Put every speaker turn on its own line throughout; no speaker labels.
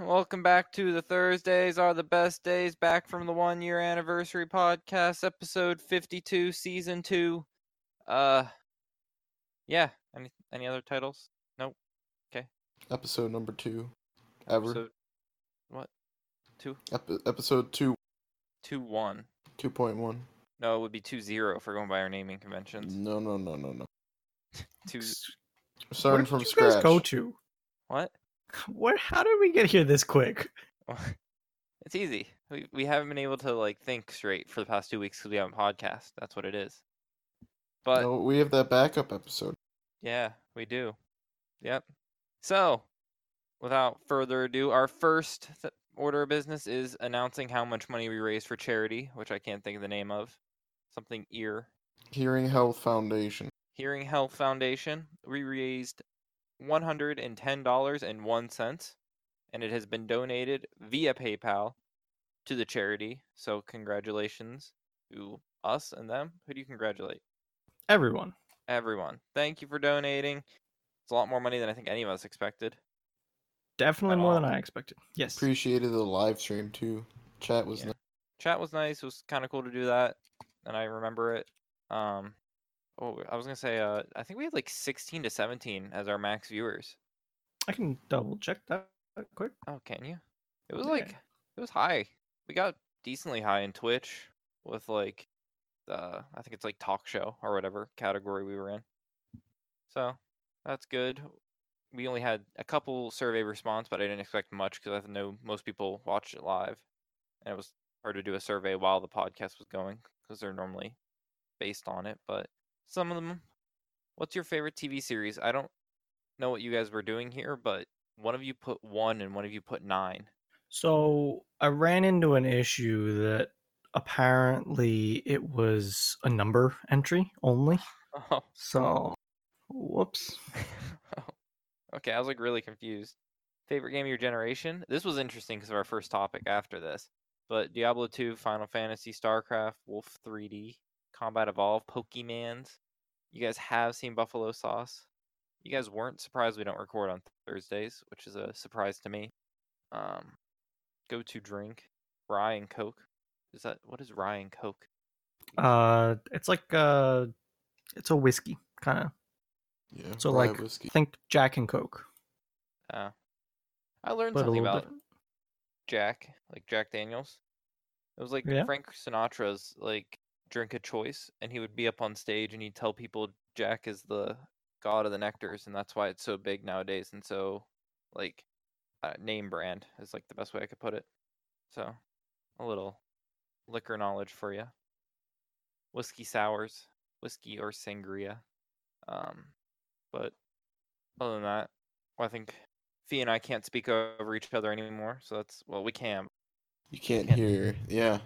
Welcome back to the Thursdays Are the Best Days, back from the one year anniversary podcast, episode 52, season two. Uh, yeah. Any, any other titles?
Episode number two, ever.
Episode
Epi- episode two,
2 1.
two point one.
No, it would be 2 0 if we're going by our naming conventions.
No, no, no, no, no.
Two,
Starting
Where
from
did you
scratch.
Guys go to
what?
where? How did we get here this quick?
It's easy. We, we haven't been able to like think straight for the past two weeks because we haven't podcast. That's what it is. But
No, we have that backup episode.
Yeah, we do. Yep. So, without further ado, our first th- order of business is announcing how much money we raised for charity, which I can't think of the name of. Something ear.
Hearing Health Foundation.
Hearing Health Foundation. We raised $110.01, and it has been donated via PayPal to the charity. So, congratulations to us and them. Who do you congratulate?
Everyone.
everyone. Thank you for donating. It's a lot more money than I think any of us expected.
Definitely
At
more
all.
than I expected. Yes.
Appreciated the live stream too. Chat was
Yeah. Chat was nice. It was kind of cool to do that, and I remember it. Um, oh, I was gonna say, uh, I think we had like 16 to 17 as our max viewers.
I can double check that quick.
Oh, can you? It was
Yeah.
like it was high. We got decently high in Twitch with like, uh, I think it's like talk show or whatever category we were in. So that's good. We only had a couple survey response, but I didn't expect much because I know most people watched it live, and it was hard to do a survey while the podcast was going because they're normally based on it. But some of them. What's your favorite TV series? I don't know what you guys were doing here, but one of you put one and one of you put nine.
So I ran into an issue that apparently it was a number entry only.
Oh,
So, whoops.
okay. I was like really confused. Favorite game of your generation? This was interesting because of our first topic after this. But Diablo 2, Final Fantasy, StarCraft, Wolf 3D, Combat Evolve, Pokemans. You guys have seen Buffalo Sauce. You guys weren't surprised we don't record on Thursdays, which is a surprise to me. Um, go to drink, rye and coke. Is that what is rye and coke?
Uh, it's like uh, it's a whiskey kind of.
n- yeah.
So
rye
like,
whiskey.
think Jack and Coke,
Uh, I learned
but a
something
little
about
bit.
Jack, like Jack Daniels. It was like
Yeah.
Frank Sinatra's like drink of choice, and he would be up on stage and he'd tell people Jack is the god of the nectars, and that's why it's so big nowadays and so like uh, name brand is like the best way I could put it. So, a little liquor knowledge for you. Whiskey sours, whiskey or sangria. Um, but other than that, well, I think Fee and I can't speak over each other anymore. So that's well, we can. but
You can't
can't-
hear. Yeah.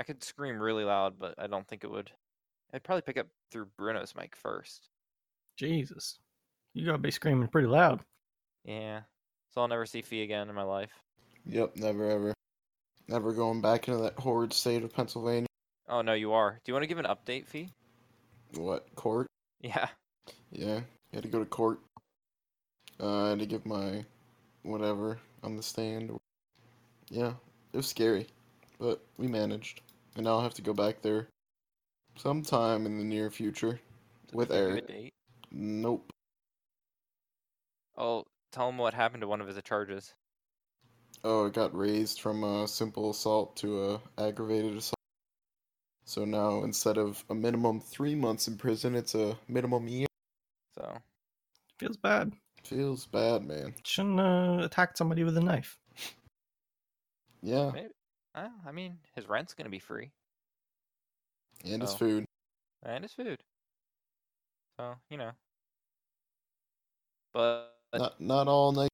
I could scream really loud, but I don't think it would. I'd probably pick up through Bruno's mic first.
Jesus, you gotta be screaming pretty loud.
Yeah. So I'll never see Fee again in my life.
Yep. Never ever. Never going back into that horrid state of Pennsylvania.
Oh no, you are. Do you want to give an update, Fee?
What court?
Yeah.
Yeah. I had to go to court. Uh, I had to give my whatever on the stand. Yeah. It was scary, but we managed. And now I'll have to go back there sometime in the near future.
Did
With
they give you a
Eric.
date?
Nope.
Oh, tell him what happened to one of his charges.
Oh, it got raised from a simple assault to a aggravated assault. So now instead of a minimum three months in prison, it's a minimum year.
So
Feels bad.
Feels bad, man.
Shouldn't uh, attacked somebody with a knife.
Yeah,
I, uh, I mean, his rent's gonna be free
and it's
Oh.
food.
and his food. So you know. But
Not not all night.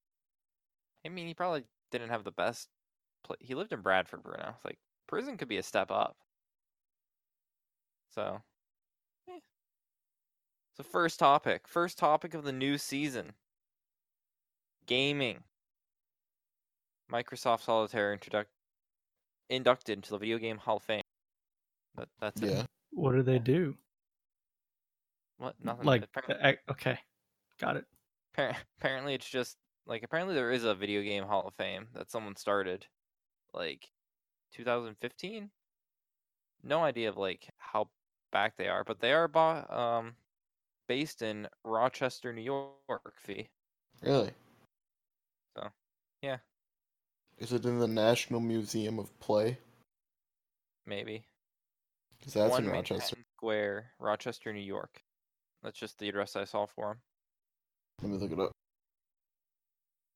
I mean, he probably didn't have the best. Pla- he lived in Bradford, Bruno. Like prison could be a step up. So, eh. so first topic, first topic of the new season. Gaming. Microsoft Solitaire introduct inducted into the Video Game Hall of Fame. That, that's it.
Yeah,
What do they do?
What? Nothing.
Like,
Apparently,
eh, okay, got it.
apparently, it's just Like apparently there is a video game Hall of Fame that someone started, like, 2015. No idea of like how back they are, but they are bo- um based in Rochester, New York. Fee.
Really?
So, yeah.
Is it in the National Museum of Play?
maybe.
Because that's
One
in
Manhattan
Rochester.
Square, Rochester, New York. That's just the address I saw for him.
Let me look it up.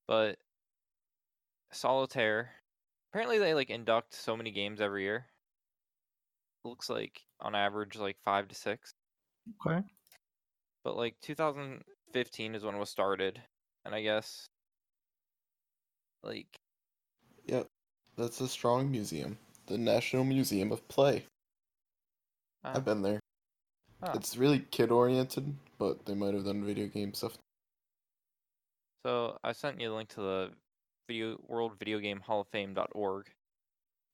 But solitaire. Apparently, they like induct so many games every year. Looks like on average like five to six.
Okay.
But like 2015 is when it was started, and I guess like
Yep. That's a strong museum. The National Museum of Play.
uh,
I've been there.
Ah.
It's really kid oriented, but they might have done video game stuff.
So I sent you a link to the video World Video Game Hall of Fame.org.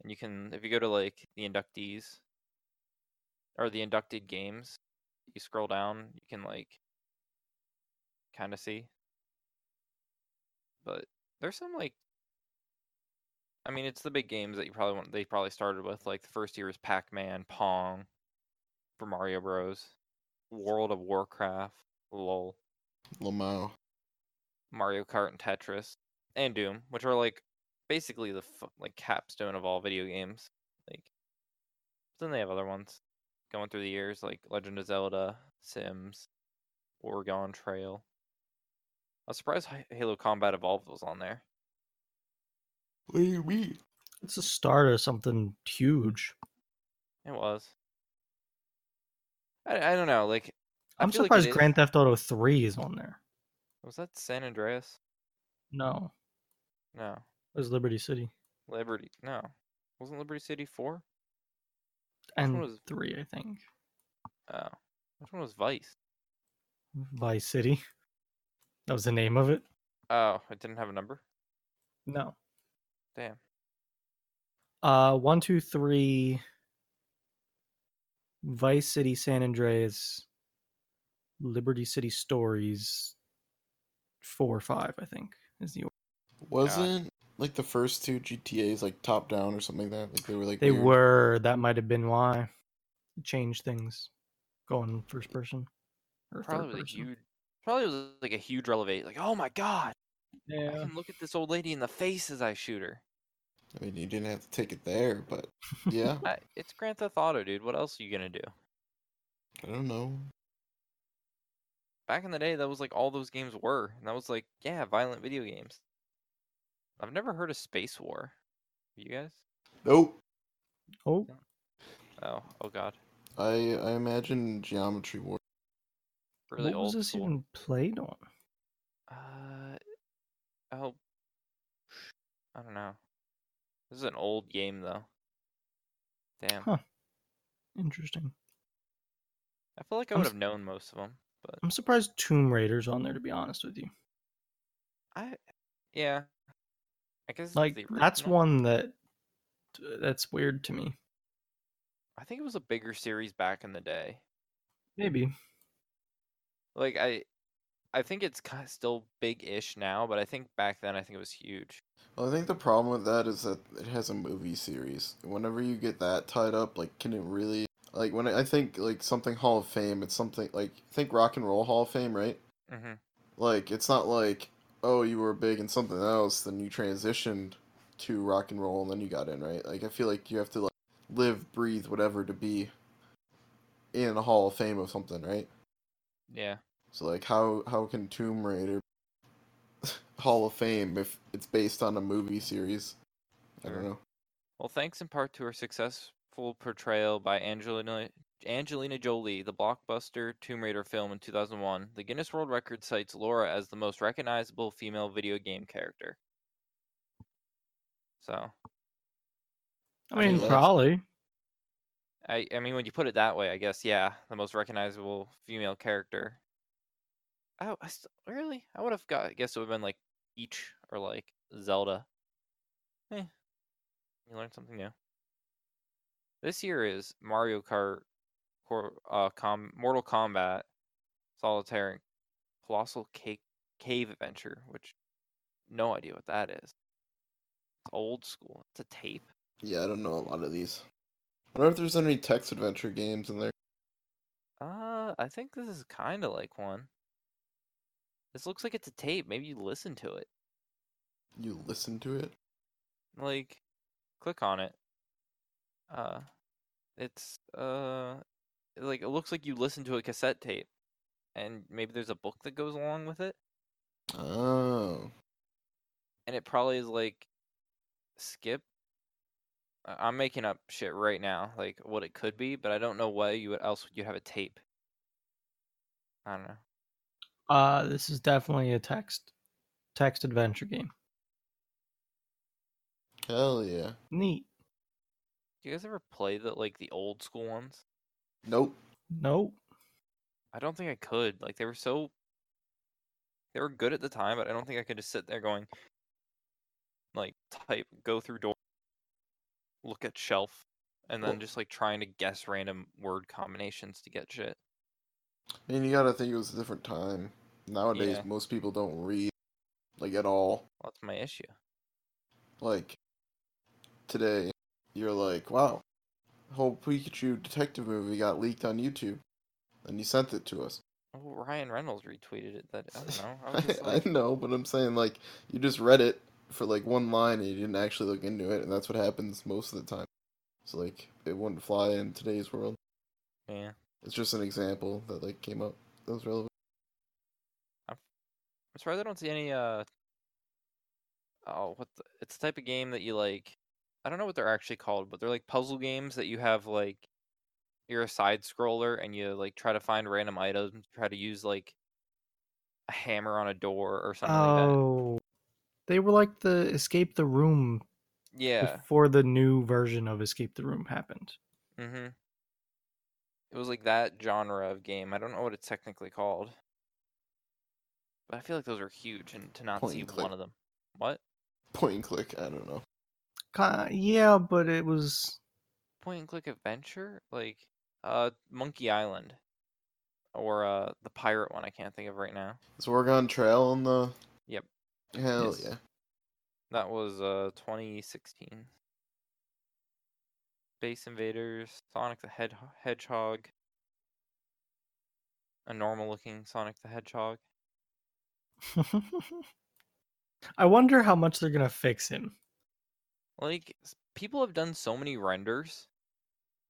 And you can if you go to like the inductees or the inducted games, you scroll down, you can like kinda see. But there's some like I mean it's the big games that you probably want they probably started with. Like the first year was Pac Man, Pong, for Mario Bros. World of Warcraft, LOL.
Lamau.
Mario Kart and Tetris and Doom, which are like basically the f- like capstone of all video games. Like then they have other ones going through the years like Legend of Zelda, Sims, Oregon Trail. I was surprised Ha- Halo Combat Evolved was on there.
What do you mean?
It's a start of something huge.
It was. I, I don't know. Like I
I'm
feel like it
surprised
is-
Grand Theft Auto 3 is on there.
was that San Andreas?
No,
No,
it was Liberty City.
Liberty. No, wasn't Liberty City four?
And
was-
3, I think.
Oh, which one was Vice?
Vice City. That was the name of it?
Oh, it didn't have a number.
No.
Damn.
Uh, one, two, three. Vice City, San Andreas, Liberty City Stories, four, five. I think is the. order.
Wasn't like the first two GTA's like top down or something like that? Like they were like
They
weird.
were. That might have been why. Change things, going first person. Or third
probably was a
person.
huge probably was like a huge elevate like oh my god i
Yeah.
can look at this old lady in the face as i shoot her
I mean, you didn't have to take it there, but yeah,
I, it's grand theft auto dude what else are you gonna do
I don't know.
back in the day that was like all those games were and that was like yeah violent video games i've never heard of space war you guys
Nope.
Oh,
oh oh god
I I imagine Geometry War.
really
what was
old
this
school.
even played on?
uh oh i don't know this is an old game though damn
Huh. Interesting.
i feel like i
I'm
would
s-
have known most of them but
I'm surprised Tomb Raider's on there. To be honest with you.
I yeah. I guess it's
like
the
that's
original.
one that uh, that's weird to me
I think it was a bigger series back in the day.
maybe
Like I I think it's kind of still big-ish now, but I think back then I think it was huge.
Well, I think the problem with that is that it has a movie series. Whenever you get that tied up, like, can it really like when I I think like something Hall of Fame? It's something like think Rock and Roll Hall of Fame, right?
Mhm.
Like, it's not like oh you were big in something else, then you transitioned to rock and roll, and then you got in, right? Like, I feel like you have to like live, breathe, whatever to be in a Hall of Fame of something, right?
Yeah.
So like how how can Tomb Raider Hall of Fame if it's based on a movie series? I don't
Sure.
know.
Well, thanks in part to her successful portrayal by Angelina Angelina Jolie, the blockbuster Tomb Raider film in 2001, the Guinness World Record cites Laura as the most recognizable female video game character. So,
i
Yeah,
mean
that's-
probably
I I mean when you put it that way, I guess yeah, the most recognizable female character. Oh, I st- really? I would have got. I guess it would have been like Peach or like Zelda. Eh, you learned something new. This year is Mario Kart, Cor- uh, Com- Mortal Kombat, Solitaire, and Colossal Cake Cave Adventure, which no idea what that is. It's old school. It's a tape.
Yeah, I don't know a lot of these. I wonder if there's any text adventure games in there.
Uh, I think this is kind of like one. This looks like it's a tape. Maybe you listen to it.
You listen to it.
Like, click on it. Uh, it's uh, like it looks like you listen to a cassette tape, and maybe there's a book that goes along with it,
Oh,
and it probably is like skip. I- I'm making up shit right now, like what it could be, but I don't know why you would else would you have a tape. I don't know.
Uh, this is definitely a text text adventure game.
hell yeah.
Neat.
Do you guys ever play the like the old school ones?
Nope.
Nope.
I don't think I could. Like they were so they were good at the time, but I don't think I could just sit there going like type go through door look at shelf and then
Well-
just like trying to guess random word combinations to get shit.
I mean, you gotta think it was a different time. Nowadays,
Yeah.
most people don't read, like, at all.
Well, that's my issue.
Like, today, you're like, wow, the whole Pikachu detective movie got leaked on YouTube. And you sent it to us.
Oh, Ryan Reynolds retweeted it that I don't know. I was just
I,
like,
I know, but I'm saying, like, you just read it for, like, one line and you didn't actually look into it, and that's what happens most of the time. So, like, it wouldn't fly in today's world.
yeah.
It's just an example that, like, came up that was relevant.
I'm surprised I don't see any uh oh what the... it's the type of game that you like I don't know what they're actually called, but they're like puzzle games that you have like you're a side scroller and you like try to find random items, try to use like a hammer on a door or something like that.
Oh, they were like the escape the room
Yeah.
before the new version of escape the room happened.
Mm-hmm. It was like that genre of game. I don't know what it's technically called. But I feel like those are huge and to not
Point
see
and click.
one of them. What?
Point and click, I don't know.
Ki- yeah, but it was
point and click adventure like uh monkey island or uh the pirate one i can't think of right now
Is Oregon Trail on the.
Yep.
Hell
Yes.
yeah.
that was uh 2016 space invaders sonic the Hedge- hedgehog a normal looking sonic the hedgehog
I wonder how much they're gonna fix him.
like s- people have done so many renders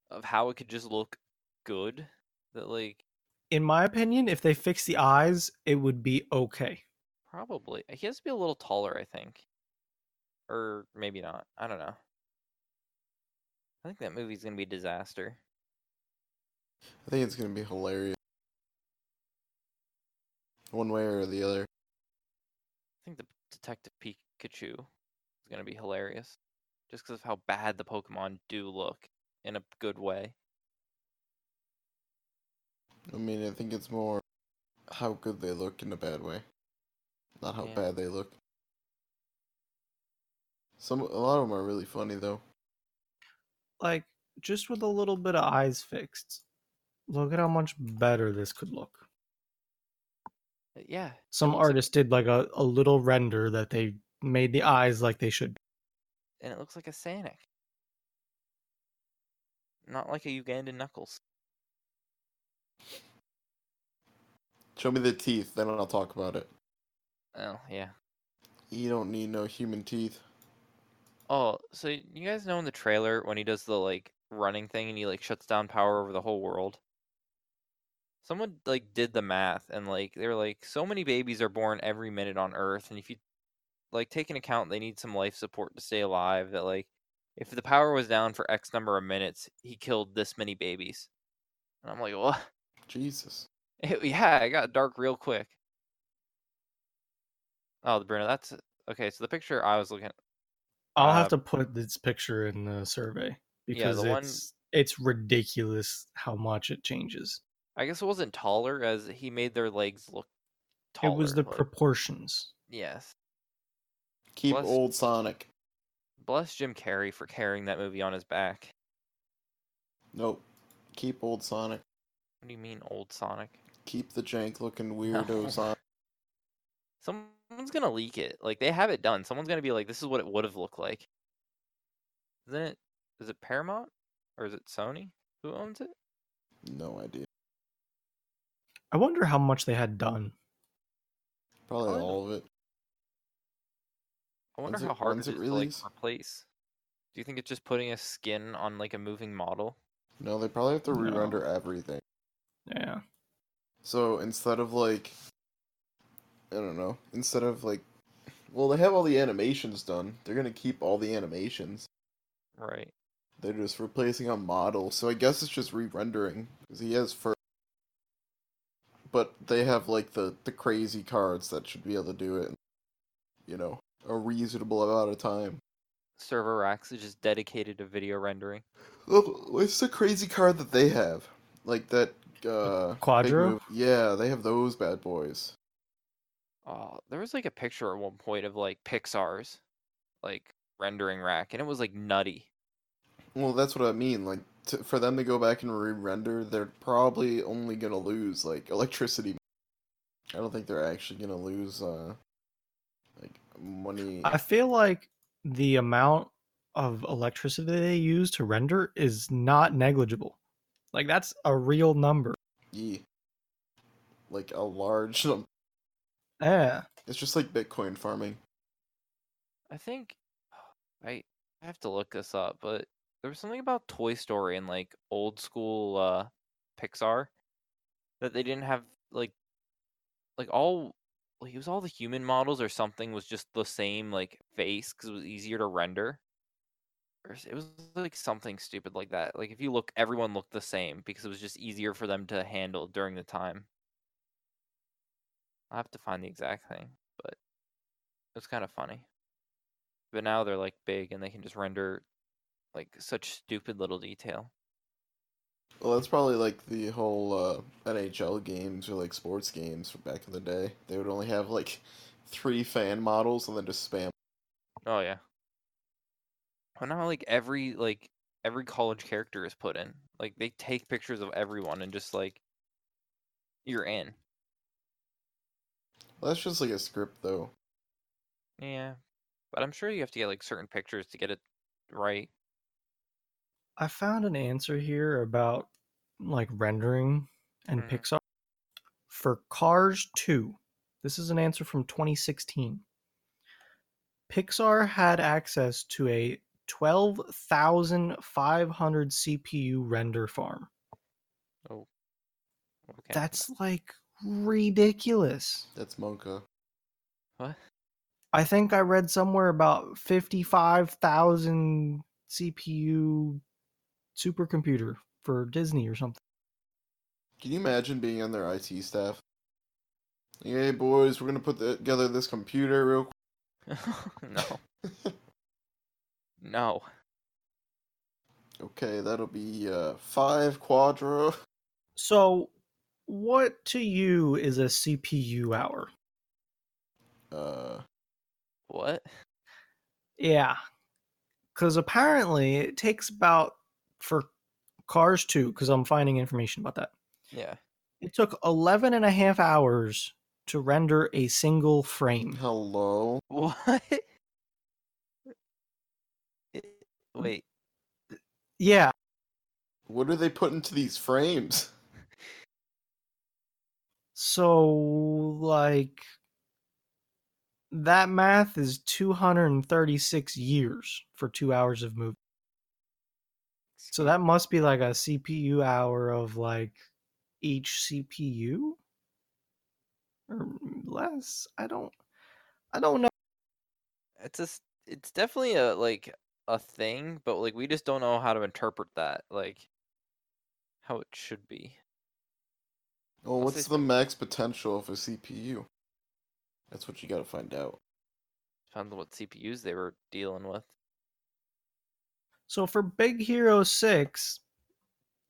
of how it could just look good that like
In my opinion, if they fix the eyes, it would be okay.
Probably. He has to be a little taller, I think. Or maybe not. I don't know. I think that movie's gonna be a disaster.
I think it's gonna be hilarious. One way or the other.
I think the Detective Pikachu is gonna be hilarious. Just because of how bad the Pokemon do look in a good way.
I mean, I think it's more how good they look in a bad way, not how
Yeah.
bad they look. Some a lot of them are really funny though.
Like just with a little bit of eyes fixed. Look at how much better this could look.
Uh, Yeah.
Some
looks like-
artist did like a, a little render that they made the eyes like they should.
And it looks like a Sanic. Not like a Ugandan Knuckles.
Show me the teeth, then I'll talk about it.
Oh, yeah.
You don't need no human teeth.
Oh, so you guys know in the trailer when he does the like running thing and he like shuts down power over the whole world? Someone like did the math and like they were like so many babies are born every minute on earth and if you like take into account they need some life support to stay alive that like if the power was down for X number of minutes, he killed this many babies. And I'm like, "What?"
Jesus.
yeah, it got dark real quick. Oh, Bruno, that's okay. So the picture I was looking
I'll have
Uh,
to put this picture in the survey because
the one-
it's it's ridiculous how much it changes.
I guess it wasn't taller as he made their legs look taller.
it was the
like-
proportions.
yes.
Keep
Bless-
old Sonic.
Bless Jim Carrey for carrying that movie on his back.
Nope. Keep old Sonic.
What do you mean, old Sonic?
Keep the jank looking weirdo
No.
Sonic.
Someone someone's gonna leak it. Like they have it done. Someone's gonna be like, "This is what it would have looked like." Isn't it? Is it Paramount or is it Sony? Who owns it?
No idea.
I wonder how much they had done.
Probably
Probably
all of it.
I wonder
When's it-
how hard
when's
it
it
is to like
released?
replace. Do you think it's just putting a skin on like a moving model?
No, they probably have to
No.
re-render everything.
Yeah.
So instead of like, I don't know, instead of like, well, they have all the animations done. They're gonna keep all the animations.
Right.
They're just replacing a model. So I guess it's just re-rendering because he has fur. But they have like the the crazy cards that should be able to do it. in, You know, a reasonable amount of time.
Server racks is just dedicated to video rendering.
Oh, What's the crazy card that they have? Like that. uh big
Quadro?
move- Yeah, they have those bad boys.
Oh, there was like a picture at one point of like Pixar's like rendering rack, and it was like nutty.
Well, that's what I mean. Like, t for them to go back and re-render, they're probably only gonna lose like electricity. I don't think they're actually gonna lose uh like money.
I feel like the amount of electricity they use to render is not negligible. Like that's a real number.
Yeah. Like a large. num-
Yeah.
It's just like Bitcoin farming.
I think I I have to look this up, but there was something about Toy Story and like old school uh Pixar that they didn't have like like all like it was all the human models or something was just the same like face because it was easier to render. Or s- It was like something stupid like that. Like if you look, everyone looked the same because it was just easier for them to handle during the time. I will have to find the exact thing, but it was kind of funny. But now they're like big and they can just render like such stupid little detail.
Well, that's probably like the whole uh, NHL games or like sports games from back in the day. They would only have like three fan models and then just spam.
Oh yeah. Well now like every like every college character is put in. Like they take pictures of everyone and just like you're in.
Well, that's just like a script though.
Yeah. But I'm sure you have to get like certain pictures to get it right.
I found an answer here about like rendering and
Mhm.
Pixar for Cars 2. This is an answer from 2016. Pixar had access to a 12,500 CPU render farm.
Okay.
That's like ridiculous.
That's Monka.
what?
I think I read somewhere about 55,000 CPU supercomputer for Disney or something.
Can you imagine being on their IT staff? Like, hey boys, we're gonna put the- together this computer real quick.
no. No.
Okay, that'll be uh five quadro.
So, what to you is a CPU hour?
Uh,
What?
Yeah. Because apparently it takes about, for Cars 2, because I'm finding information about that,
Yeah.
it took 11 and a half hours to render a single frame.
hello.
What? It- Wait.
Yeah.
What do they put into these frames?
So, like, that math is 236 years for two hours of movie. So that must be like a CPU hour of like each CPU or mm, less. I don't, I don't know.
it's a s- it's definitely a like a thing but like we just don't know how to interpret that like how it should be
Well,
I'll
Oh, what's
say
the max potential of a CPU? That's what you gotta find out.
depends on what cpus they were dealing with
So for Big Hero 6,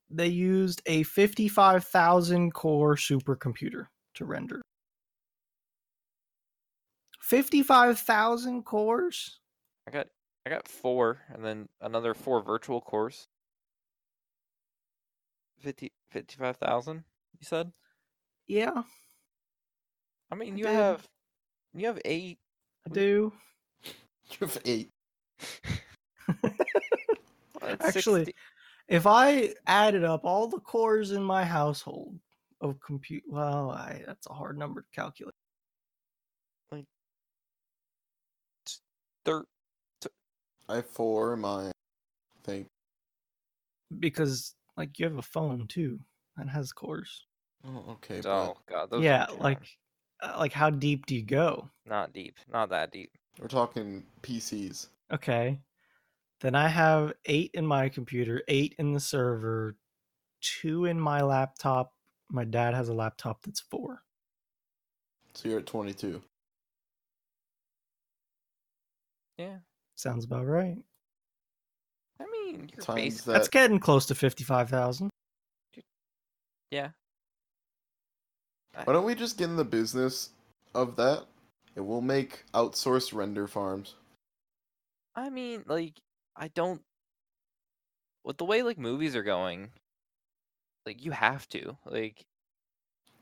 they used a 55,000 core supercomputer to render. 55,000 cores?
i got i got four and then another four virtual cores 50 55000 you said
Yeah.
i mean
I
you
did.
have You have eight.
I do.
You have eight.
that's
Actually,
60
If I added up all the cores in my household of compute, well, I, that's a hard number to calculate.
thir-
I have four in mine. I think.
because like you have a phone too that has cores.
Oh, okay.
Oh
but
god, those are
yeah,
down.
like uh, like how deep do you go?
not deep, not that deep.
we're talking PCs.
Okay. Then I have 8 in my computer, 8 in the server, 2 in my laptop. My dad has a laptop that's 4.
So you're at 22.
Yeah,
Sounds about right.
I mean, you're
Times
basic.
that.
that's getting close to 55,000.
Why don't we just get in the business of that, and we'll make outsourced render farms.
I mean, like, I don't. With the way like movies are going, like you have to like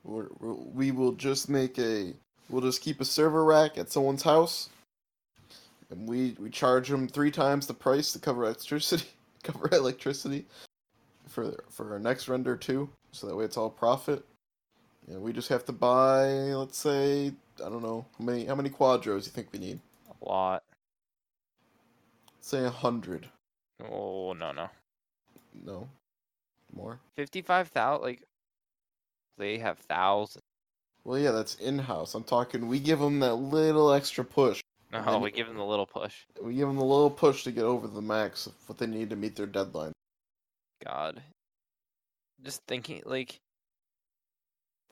We're, we're- we will just make a. We'll just keep a server rack at someone's house, and we we charge them three times the price to cover electricity, cover electricity, for for our next render too. So that way it's all profit. And we just have to buy, let's say, I don't know, how many how many quadros you think we need?
a lot.
Say a hundred.
Oh no no,
No, more.
fifty five thousand. Like they have thousands.
Well, yeah, that's in house. I'm talking. We give them that little extra push.
No,
then
we
you-
give them the little push.
We give them the little push to get over the max of what they need to meet their deadline.
God, just thinking like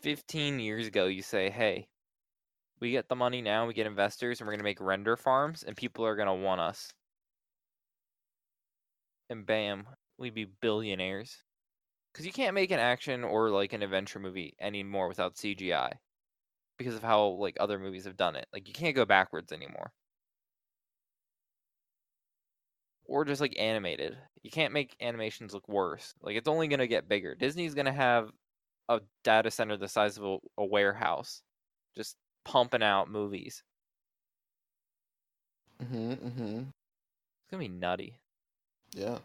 fifteen years ago, you say, "Hey, we get the money now. We get investors, and we're gonna make render farms, and people are gonna want us." And bam, we'd be billionaires. Because you can't make an action or like an adventure movie anymore without CGI, because of how like other movies have done it. Like you can't go backwards anymore. Or just like animated. You can't make animations look worse. Like it's only gonna get bigger. Disney's gonna have a data center the size of a, a warehouse, just pumping out movies.
Mm-hmm. Mm-hmm.
It's gonna be nutty.
Yeah.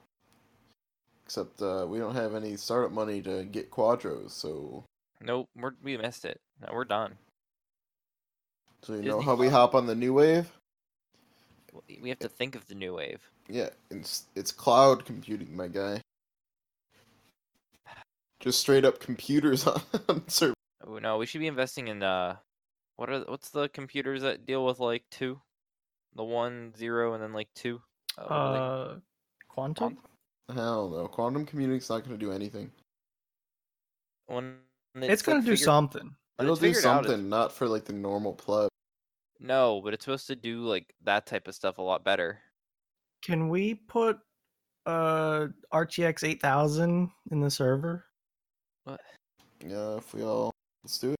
Except uh, we don't have any startup money to get quadros, so
Nope, we're, we missed it. No, we're done.
so you know
Disney
how we
Plus.
hop on the new wave.
W- We have to think of the new wave.
Yeah, it's it's cloud computing, my guy. Just straight up computers on, on server.
Oh, no, we should be investing in uh, what are what's the computers that deal with like two, the one zero and then like two. Uh, what are they-
Uh quantum?
Hell no, quantum computing's not gonna do anything.
when
It's,
like,
going to do
figured-
something.
when
It'll
it's
do
figured out, it's
something, not for like the normal pleb.
No, but it's supposed to do like that type of stuff a lot better.
Can we put uh RTX 8000 in the server?
Yeah, if we all let's do it.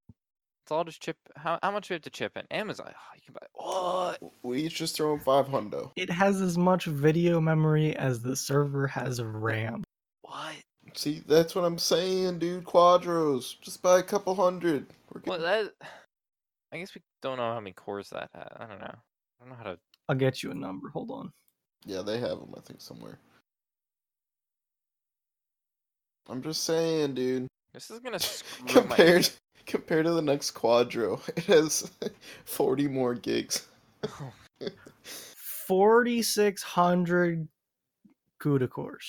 It's all just chip. How how much do we have to chip in? Amazon. ah, you can buy. What?
We each just throw in five hundo.
It has as much video memory as the server has of RAM.
What?
See, that's what I'm saying, dude. Quadros, just buy a couple hundred. We're
Well,
getting...
that. I guess we don't know how many cores that. Had. I don't know. I don't know how to.
I'll get you a number. Hold on.
Yeah, they have them, I think, somewhere. I'm just saying, dude.
This is gonna screw
compared compared to the next Quadro, it has 40 more gigs.
my. Oh,
4,600 CUDA cores.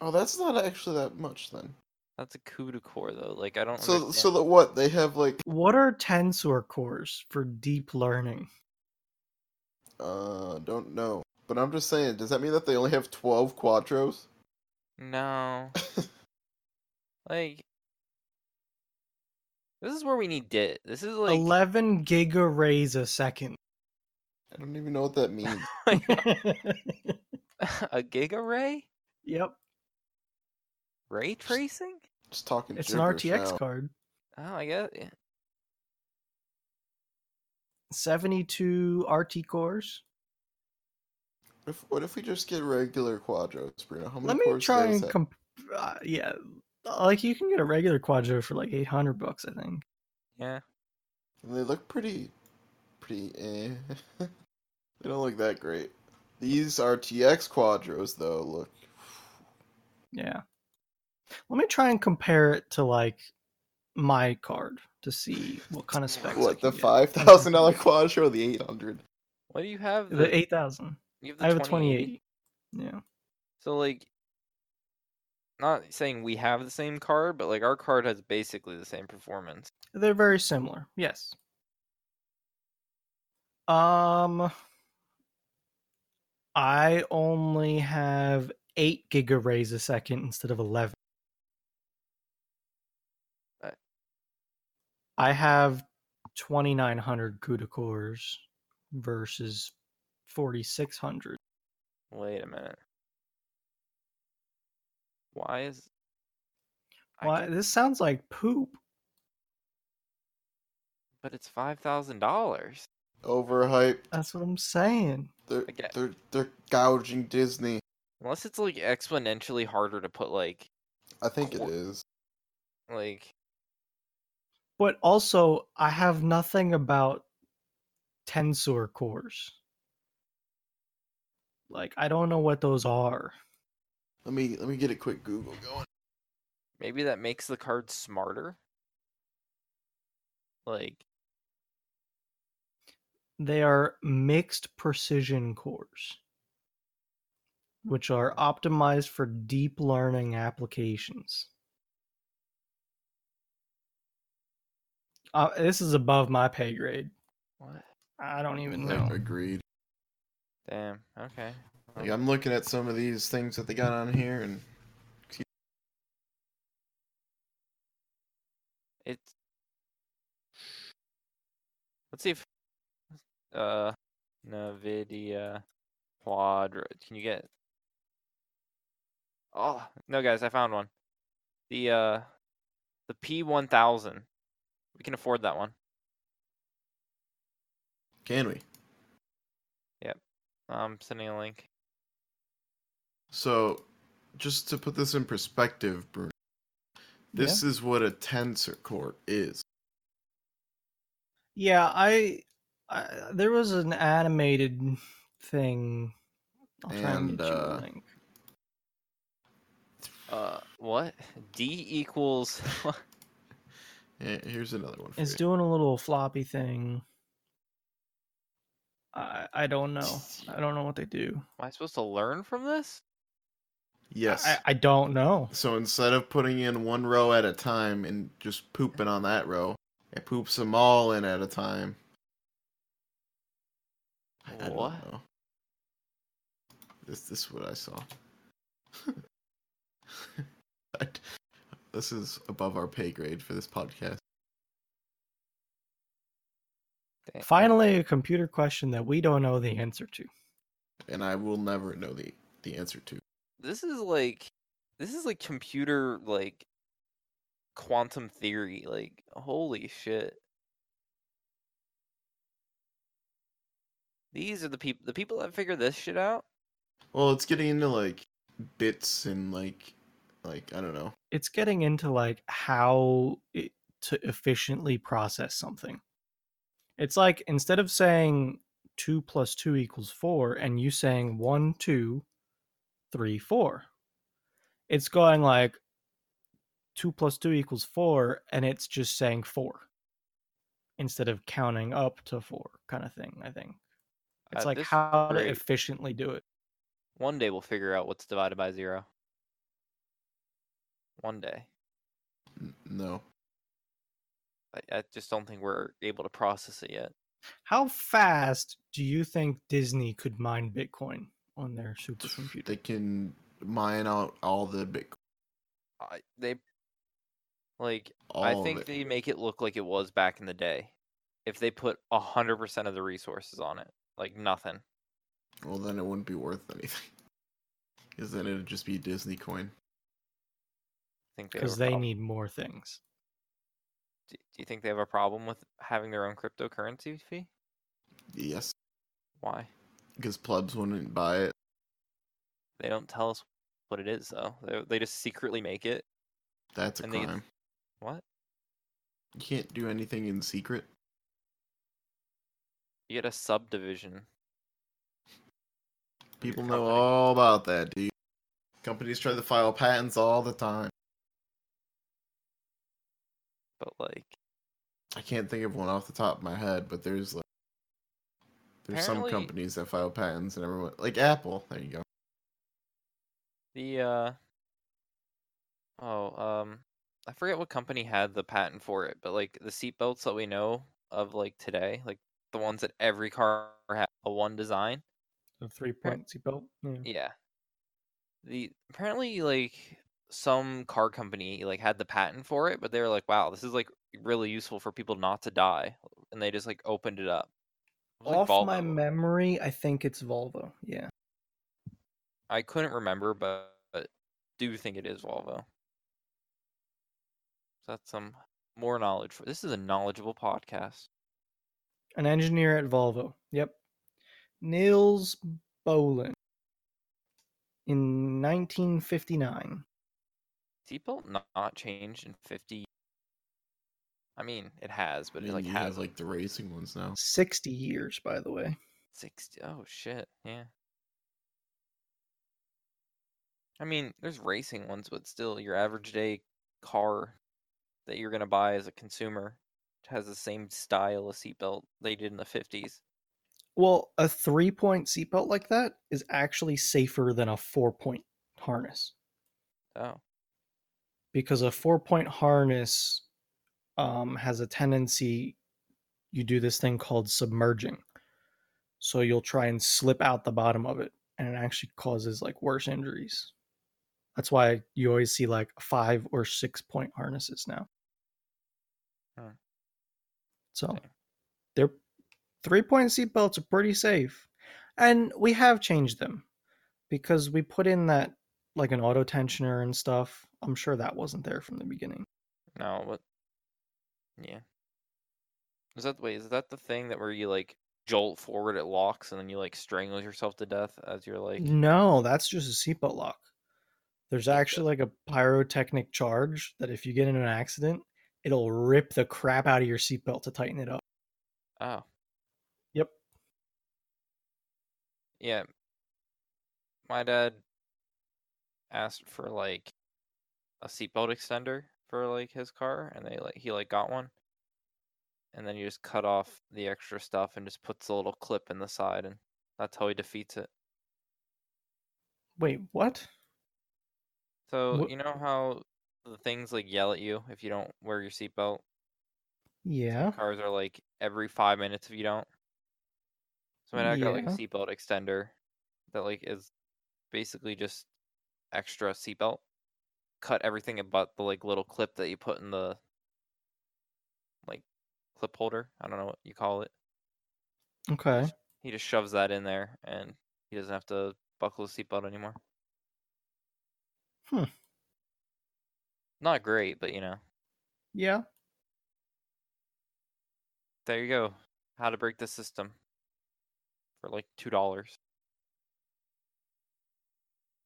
Oh, that's not actually that much then.
that's a CUDA core though. Like I don't.
So, so
understand.
that what they have like,
What are tensor cores for deep learning?
uh, don't know. But I'm just saying, does that mean that they only have 12 Quadros?
No. Like. This is where we need dit. This is like.
11 gig arrays a second.
I don't even know what that means.
a gig array?
yep,
Ray tracing?
Just talking.
it's an
gibberish
RTX
now.
card.
Oh, I guess. yeah.
72 RT cores.
If, what if we just get regular quadros, Bruno? How many
Let me
cores
try
does
and
that-
comp. Uh, yeah, like you can get a regular Quadro for like 800 bucks, I think.
Yeah.
and they look pretty pretty eh. they don't look that great. These are TX Quadros though. Look,
Yeah. Let me try and compare it to like my card to see what kind of specs. I
what
can
the
get.
five thousand dollar Quadro, or the eight hundred.
What do you have?
The eight thousand.
You have
I have a
2080?
twenty-eight. Yeah.
So like, not saying we have the same card, but like our card has basically the same performance.
They're very similar. Yes. Um I only have 8 giga rays a second instead of 11.
Uh.
I have 2900 CUDA cores versus 4600.
Wait a minute. Why is? I
Why
get-
this sounds like poop.
But it's five thousand dollars.
Overhyped.
That's what I'm saying.
They're
I get-
they're they're gouging Disney.
Unless it's like exponentially harder to put like
I think it
Qu-
is.
like
But also, I have nothing about tensor cores. Like, I don't know what those are.
Let me let me get a quick Google going.
maybe that makes the card smarter. Like
They are mixed precision cores, which are optimized for deep learning applications. Uh, this is above my pay grade.
what?
I don't even
Like,
know.
Agreed.
Damn. Okay.
Like I'm looking at some of these things that they got on here, and
It's. Let's see if. Uh, Nvidia Quadro. Can you get? Oh no, guys! I found one. The uh, the P one thousand. We can afford that one.
can we?
I'm sending a link.
So, just to put this in perspective, Bruno, this is what a tensor core is.
Yeah, I, I there was an animated thing. I'll try and,
And,
get you a
uh,
link.
Uh, what? D equals. what?
Eh, Here's another one. For
It's
you.
doing a little floppy thing. I I don't know. I don't know what they do.
Am I supposed to learn from this?
yes.
I, I don't know.
So instead of putting in one row at a time and just pooping on that row, it poops them all in at a time. I- I don't
What?
know. This this is what I saw. I- this is above our pay grade for this podcast. Eh,
Dang, I-
Finally, a computer question that we don't know the answer to.
and I will never know the the answer to.
This is like, this is like computer like, quantum theory. Like, holy shit. These are the people. The people that figure this shit out.
Well, it's getting into like bits and like like I don't know.
It's getting into like how it, to efficiently process something. It's like instead of saying two plus two equals four, and you saying one, two, three, four, it's going like two plus two equals four, and it's just saying four instead of counting up to four, kind of thing. I think it's
Uh,
like
this is
how to
great.
efficiently do it.
One day we'll figure out what's divided by zero. One day.
N- No.
I, I just don't think we're able to process it yet.
How fast do you think Disney could mine Bitcoin on their supercomputer?
They can mine out all the bit
I, they like
all
I
of
think
it.
they make it look like it was back in the day. If they put a hundred percent of the resources on it, like nothing.
Well, then it wouldn't be worth anything. Cuz then it'd just be Disney coin.
I think they have
Because
a
they
prob-
need more things.
Do do you think they have a problem with having their own cryptocurrency fee?
Yes,
Why?
cuz plebs wouldn't buy it.
They don't tell us what it is though. They they just secretly make it.
That's a
And they-
crime.
What?
You can't do anything in secret.
You get a subdivision.
People know
company.
all about that, dude. Companies try to file patents all the time.
But like
I can't think of one off the top of my head, but there's like there's
Apparently-
some companies that file patents and everyone like Apple. There you go.
the uh oh um I forget what company had the patent for it, but like the seatbelts that we know of like today, like the ones that every car has a one design.
A three point seatbelt. Yeah.
Yeah. The apparently like some car company like had the patent for it, but they were like, "Wow, this is like really useful for people not to die," and they just like opened it up. It was, like,
Off my
Volvo.
memory, I think it's Volvo. Yeah.
I couldn't remember, but, but do think it is Volvo. So that's some more knowledge for this is a knowledgeable podcast.
An engineer at Volvo. Yep. Niels Bolin. In 1959.
Seatbelt not, not changed in fifty. I mean, it has, but
But
it like
you
has
have
like
like the racing ones now.
60 years, by the way.
Sixty. Oh shit. Yeah. I mean, there's racing ones, but still, your average day car that you're gonna buy as a consumer has the same style of seatbelt they did in the fifties.
Well, a three point seatbelt like that is actually safer than a four point harness
Oh,
because a four point harness um, has a tendency, you do this thing called submerging. So you'll try and slip out the bottom of it and it actually causes like worse injuries. That's why you always see like five or six point harnesses now.
Hmm.
So
Dang.
they're three point seatbelts are pretty safe. And we have changed them because we put in that like an auto tensioner and stuff. I'm sure that wasn't there from the beginning.
no, but yeah. Is that wait? Is that the thing that where you like jolt forward at locks and then you like strangle yourself to death as you're like?
No, that's just a seatbelt lock. There's actually like a pyrotechnic charge that if you get in an accident, it'll rip the crap out of your seatbelt to tighten it up.
Oh.
Yep.
Yeah. My dad asked for like a seatbelt extender for like his car and they like he like got one. And then you just cut off the extra stuff and just puts a little clip in the side and that's how he defeats it.
Wait, what?
So
Wha-
you know how the things like yell at you if you don't wear your seatbelt?
Yeah.
Cars are like every five minutes if you don't. So my dad got like a
Yeah.
seatbelt extender that like is basically just extra seatbelt. Cut everything but the like little clip that you put in the like clip holder. I don't know what you call it.
Okay.
He just shoves that in there and he doesn't have to buckle his seatbelt anymore.
Hmm.
Not great, but you know.
Yeah.
There you go. How to break the system for like two dollars.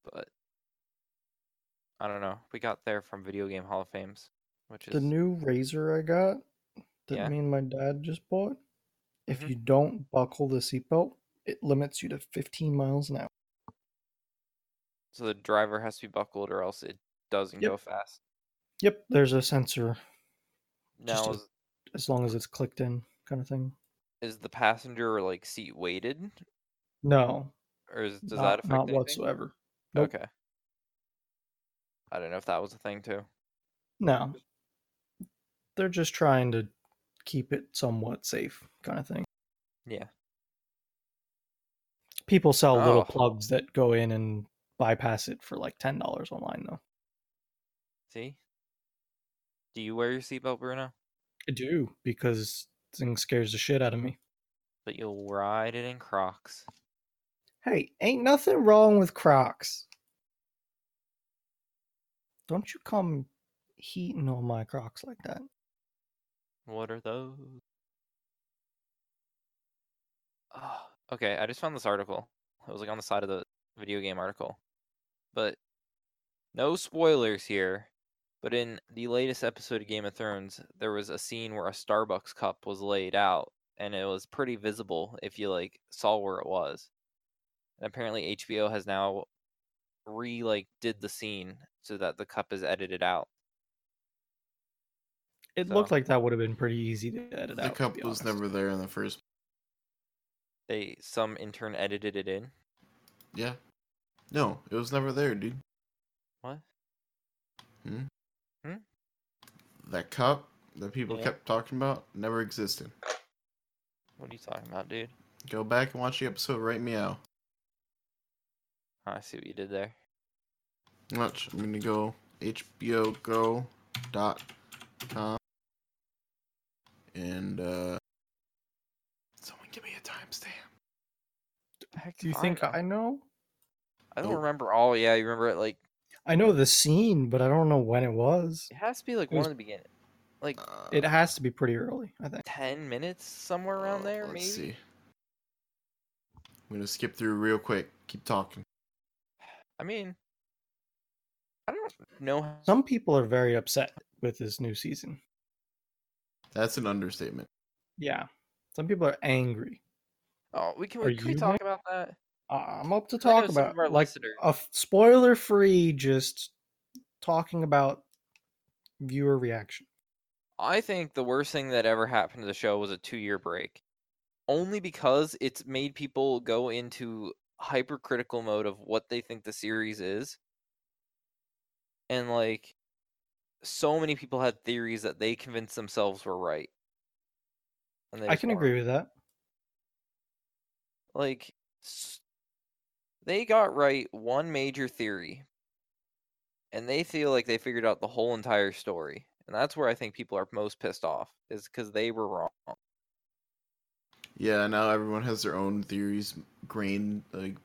But I don't know. We got there from video game Hall of Fames, which is
The new razor I got that
Yeah.
me and my dad just bought. If
Mhm.
you don't buckle the seatbelt, it limits you to 15 miles an hour.
so the driver has to be buckled or else it doesn't
Yep.
go fast.
Yep, there's a sensor
Now
Just a-
is,
as long as it's clicked in, kind of thing.
is the passenger like seat weighted,
No,
or is, does
not,
that affect
not
anything?
whatsoever. Nope.
Okay. I don't know if that was a thing too.
No, they're just trying to keep it somewhat safe, kind of thing.
Yeah.
People sell little
Oh.
plugs that go in and bypass it for like ten dollars online, though.
See. Do you wear your seatbelt, Bruno?
I do because thing scares the shit out of me.
But you'll ride it in Crocs.
Hey, ain't nothing wrong with Crocs. Don't you come heating on my Crocs like that.
What are those? Oh, okay, I just found this article. It was like on the side of the video game article. But no spoilers here. But in the latest episode of Game of Thrones, there was a scene where a Starbucks cup was laid out and it was pretty visible if you like saw where it was. And apparently HBO has now re like did the scene so that the cup is edited out.
It
So.
looked like that would have been pretty easy to edit
The
out. to
cup
be
was
honest.
never there in the first.
They some intern edited it in.
Yeah. No, it was never there, dude.
What?
Hmm?
Hmm?
That cup that people
Yeah.
kept talking about never existed.
What are you talking about, dude?
Go back and watch the episode right meow.
Oh, I see what you did there.
Watch. I'm gonna go HBO Go dot com and uh someone give me a timestamp.
Heck,
Do you think I know?
I don't
Nope.
remember all. Yeah, you remember it like
I know the scene, but I don't know when it was.
it has to be like
It
one
was-
of the beginning, like
Uh,
It has to be pretty early, I think.
ten minutes somewhere around
uh,
there.
Let's
maybe.
see. I'm gonna skip through real quick. Keep talking.
I mean, I don't know. How...
Some people are very upset with this new season.
That's an understatement.
Yeah. Some people are angry.
Oh, we can
Are
we, can we
you
talk about that?
Uh, I'm up to
I know
talk
some
about
of our
like
listeners-
a spoiler free just talking about viewer reaction.
I think the worst thing that ever happened to the show was a two year break. Only because it's made people go into hypercritical mode of what they think the series is. And like so many people had theories that they convinced themselves were right. And they
I
just
can
weren't.
agree with that.
Like s- they got right one major theory. And they feel like they figured out the whole entire story. And that's where I think people are most pissed off is cuz they were wrong.
Yeah, now everyone has their own theories grained, like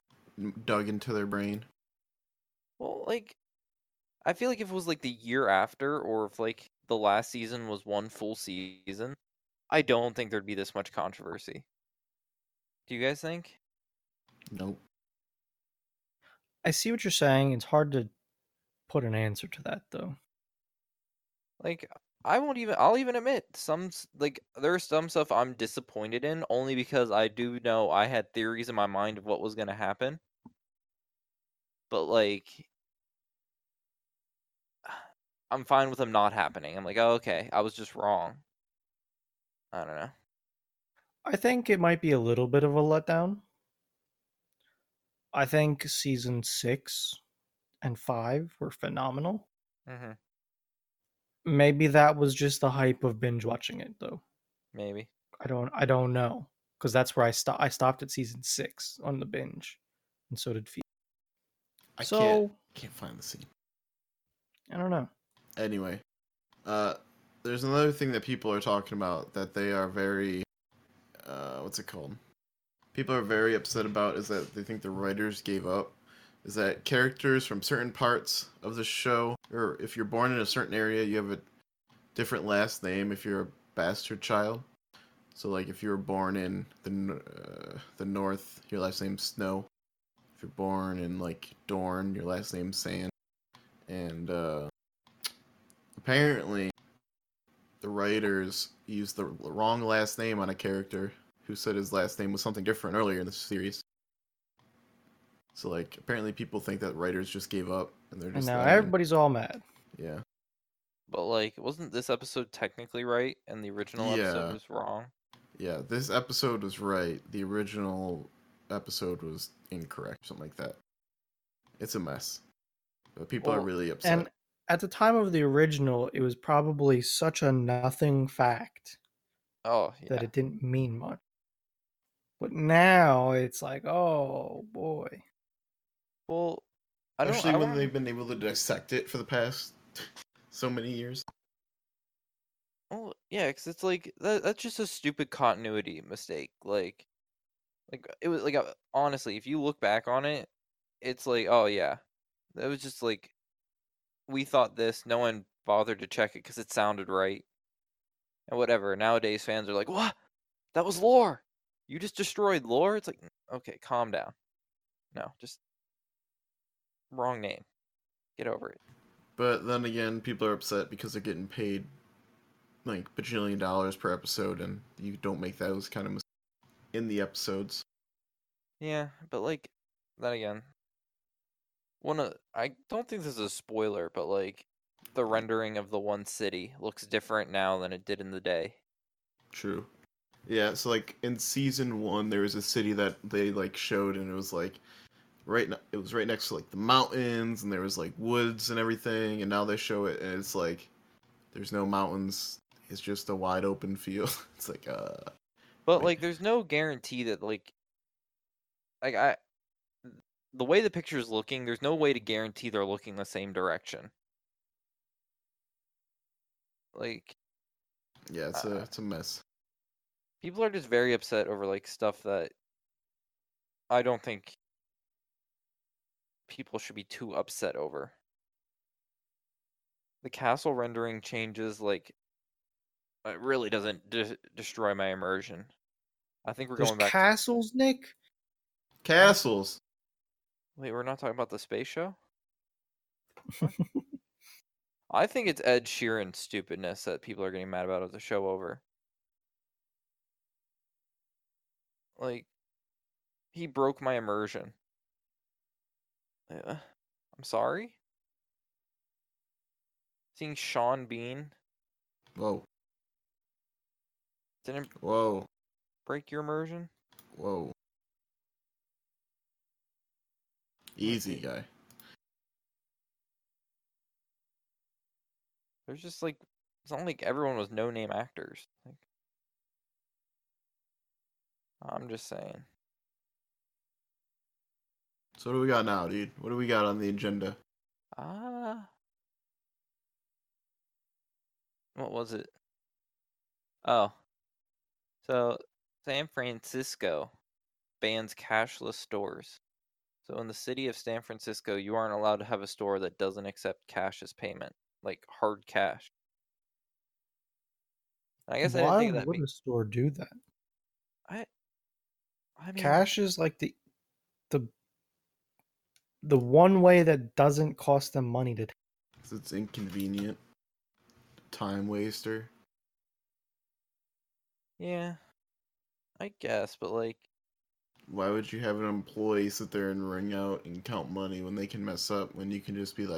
dug into their brain.
Well, like, I feel like if it was like the year after, or if like the last season was one full season, I don't think there'd be this much controversy. Do you guys think?
Nope.
I see what you're saying. It's hard to put an answer to that though.
Like, I won't even. I'll even admit some s- like there's some stuff I'm disappointed in only because I do know I had theories in my mind of what was gonna happen. But like, I'm fine with them not happening. I'm like, oh, okay, I was just wrong. I don't know.
I think it might be a little bit of a letdown. I think season six and five were phenomenal.
Mm-hmm.
Maybe that was just the hype of binge watching it though.
Maybe.
I don't I don't know because that's where I stopped. I stopped at season six on the binge, and so did Phoebe.
I
so
can't. Can't find the scene.
I don't know.
Anyway, uh, there's another thing that people are talking about that they are very, uh, what's it called? People are very upset about is that they think the writers gave up. Is that characters from certain parts of the show, or if you're born in a certain area, you have a different last name if you're a bastard child. So, like, if you were born in the n- uh, the north, your last name's Snow. If you're born in like Dorn, your last name's Sand. And uh, apparently the writers used the wrong last name on a character who said his last name was something different earlier in the series. So like apparently people think that writers just gave up and they're
And
just
now
letting-
everybody's all mad.
yeah.
But like, wasn't this episode technically right, and the original
Yeah.
episode was wrong?
Yeah, this episode was right. The original episode was incorrect, something like that. It's a mess. But people are
Well,
really upset.
And at the time of the original, it was probably such a nothing fact
Oh, yeah.
that it didn't mean much. But now it's like, oh boy,
well, I don't.
Especially
I
when
wanna-
they've been able to dissect it for the past so many years.
Well, Oh, yeah, because it's like that, that's just a stupid continuity mistake. Like, like it was like uh, honestly, if you look back on it, it's like, oh yeah, that was just like we thought this. No one bothered to check it because it sounded right, and whatever. Nowadays, fans are like, what? That was lore. You just destroyed lore. It's like, "N- okay, calm down. No, just wrong name. Get over it.
But then again, people are upset because they're getting paid like bajillion dollars per episode, and you don't make those kind of mistakes in the episodes.
Yeah, but like that again. One of I don't think this is a spoiler, but like the rendering of the one city looks different now than it did in the day.
True. Yeah, so like in season one, there was a city that they like showed, and it was like right. Ne- it was right next to like the mountains, and there was like woods and everything. And now they show it, and it's like there's no mountains. It's just a wide open field. It's like uh,
But
Right.
like, there's no guarantee that like, like I, the way the picture is looking, there's no way to guarantee they're looking the same direction. Like
yeah, it's a
Uh,
it's a mess.
people are just very upset over like stuff that I don't think people should be too upset over. The castle rendering changes like it really doesn't de- destroy my immersion. I think we're
There's
going back. to-
castles, Nick.
Castles.
Wait, we're not talking about the space show? What? I think it's Ed Sheeran stupidness that people are getting mad about as the show over. Like, he broke my immersion. Yeah. I'm sorry? Seeing Sean Bean
Whoa,
didn't
whoa,
break your immersion?
whoa. Easy guy.
There's just like, it's not like everyone was no name actors. Like, I'm just saying.
So what do we got now, dude? What do we got on the agenda?
Ah. what was it? Oh. So San Francisco bans cashless stores. So in the city of San Francisco, you aren't allowed to have a store that doesn't accept cash as payment, like hard cash. I guess I didn't
Why
think of that.
would
be-
a store do that?
I mean,
Cash is like the the the one way that doesn't cost them money to
'Cause it's inconvenient. Time waster.
Yeah. I guess, but like,
Why would you have an employee sit there and ring out and count money when they can mess up when you can just be like,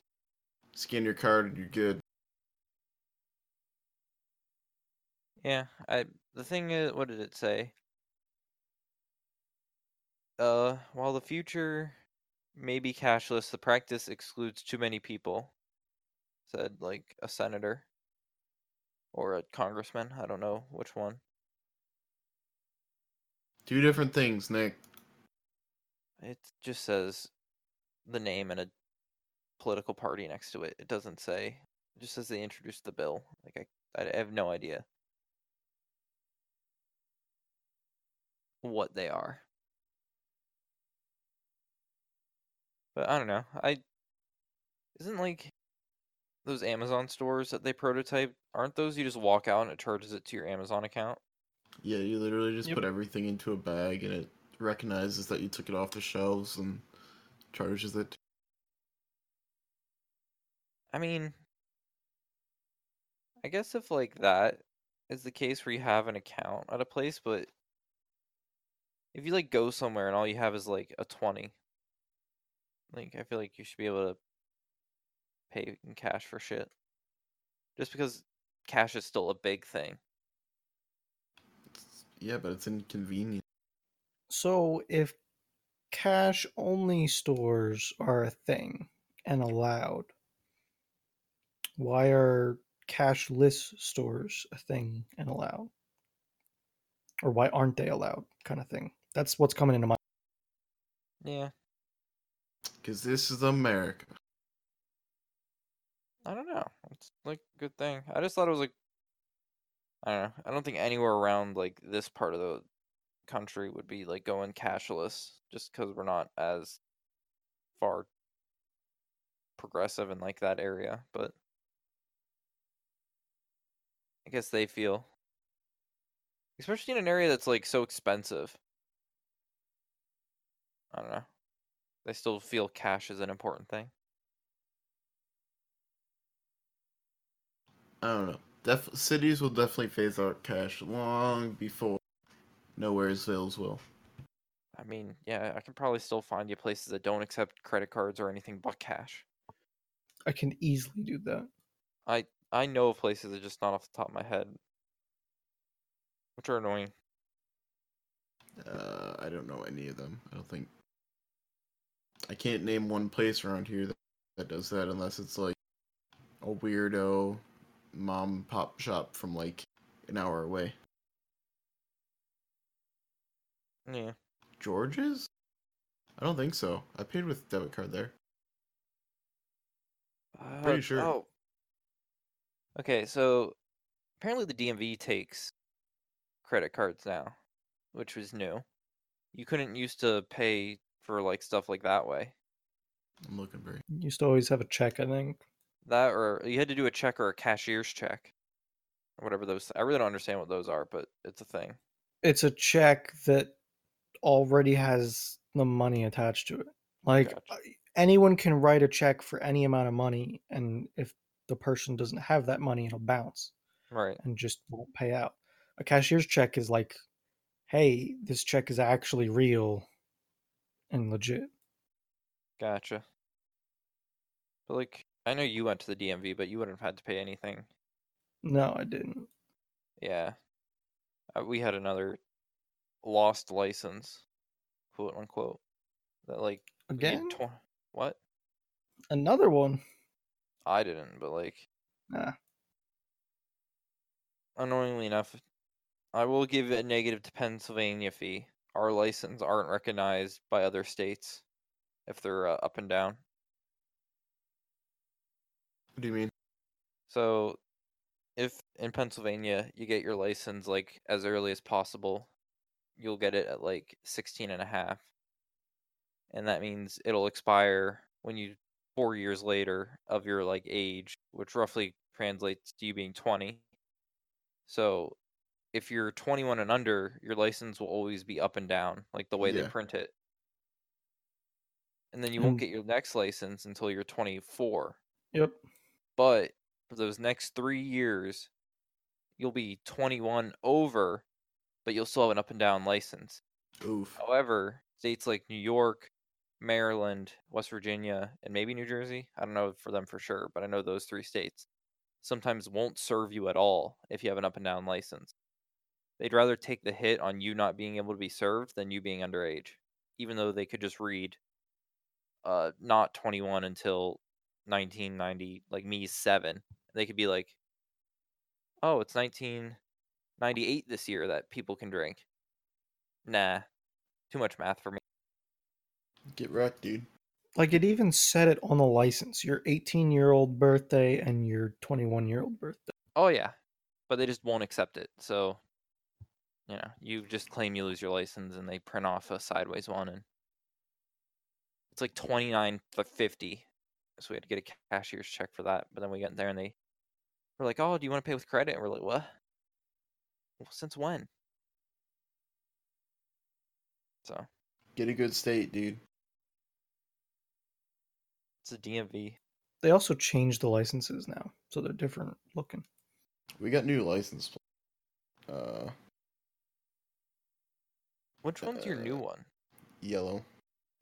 scan your card and you're good.
Yeah, I the thing is, what did it say? Uh, while the future may be cashless, the practice excludes too many people, said like a senator or a congressman. I don't know which one.
Two different things, Nick.
It just says the name and a political party next to it. It doesn't say. It just says they introduced the bill. Like I, I have no idea what they are. But I don't know. I isn't like those Amazon stores that they prototype. Aren't those you just walk out and it charges it to your Amazon account?
Yeah, you literally just
Yep.
put everything into a bag and it recognizes that you took it off the shelves and charges it.
I mean, I guess if like that is the case where you have an account at a place, but if you like go somewhere and all you have is like a 20, like I feel like you should be able to pay in cash for shit. Just because cash is still a big thing.
Yeah, but it's inconvenient.
So if cash only stores are a thing and allowed, why are cashless stores a thing and allowed? Or why aren't they allowed kind of thing? That's what's coming into my
Yeah.
Because this is America.
I don't know. It's like a good thing. I just thought it was like I don't know. I don't think anywhere around like this part of the country would be like going cashless just cuz we're not as far progressive in like that area, but I guess they feel especially in an area that's like so expensive. I don't know. They still feel cash is an important thing.
I don't know. Def- cities will definitely phase out cash long before Nowheresvilles will.
I mean, yeah, I can probably still find you places that don't accept credit cards or anything but cash.
I can easily do that.
I I know of places that just not off the top of my head, which are annoying.
Uh, I don't know any of them. I don't think. I can't name one place around here that, that does that unless it's like a weirdo mom and pop shop from like an hour away.
Yeah,
George's? I don't think so. I paid with debit card there.
Uh,
Pretty sure.
Oh. Okay, so apparently the DMV takes credit cards now, which was new. You couldn't used to pay for like stuff like that way.
I'm looking very.
You used to always have a check, I think.
That or you had to do a check or a cashier's check, or whatever those. I really don't understand what those are, but it's a thing.
It's a check that already has the money attached to it. Like
Gotcha.
anyone can write a check for any amount of money, and if the person doesn't have that money, it'll bounce.
Right.
and just won't pay out. A cashier's check is like, hey, this check is actually real and legit.
Gotcha. But like, I know you went to the DMV, but you wouldn't have had to pay anything.
No, I didn't.
Yeah. Uh, we had another lost license, quote unquote, that like we had
Again?
tw- what?
Another one.
I didn't, but like,
Nah.
annoyingly enough, I will give a negative to Pennsylvania fee. Our license aren't recognized by other states if they're uh, up and down.
What do you mean?
So, if in Pennsylvania you get your license like as early as possible, you'll get it at like 16 and a half. And that means it'll expire when you 4 years later of your like age, which roughly translates to you being 20. So, if you're 21 and under, your license will always be up and down like the way they
Yeah.
print it. And then you won't
And-
get your next license until you're 24
Yep.
but for those next three years, you'll be 21 over, but you'll still have an up and down license.
Oof.
However, states like New York, Maryland, West Virginia, and maybe New Jersey, I don't know for them for sure, but I know those three states sometimes won't serve you at all if you have an up and down license. They'd rather take the hit on you not being able to be served than you being underage, even though they could just read uh not 21 until 1990 like me 7 they could be like oh it's 1998 this year that people can drink nah too much math for me
Get wrecked, dude.
Like it even said it on the license your 18 year old birthday and your 21 year old birthday.
oh yeah but they just won't accept it so you know you just claim you lose your license and they print off a sideways one and it's like 29 for 50 so we had to get a ca- cashier's check for that but then we got there and they were like oh do you want to pay with credit and we're like what well, since when so
Get a good state, dude.
it's a dmv
They also changed the licenses now, so they're different looking.
We got new license. pla- Uh,
which one's your new
Uh,
one
yellow.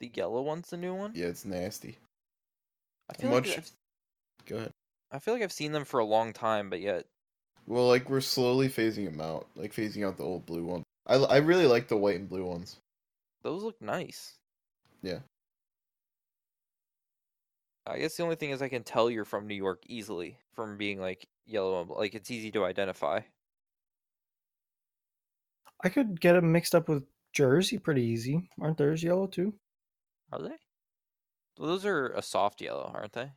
the yellow one's the new one
Yeah, it's nasty.
i feel like
much-
I've,
Go ahead.
i feel like i've seen them for a long time but yet
Well, like we're slowly phasing them out, like phasing out the old blue ones. I I really like the white and blue ones.
Those look nice.
Yeah.
I guess the only thing is I can tell you're from New York easily from being like yellow and bl- like it's easy to identify.
I could get them mixed up with Jersey pretty easy. Aren't theirs yellow too?
Are they? Well, those are a soft yellow, aren't they?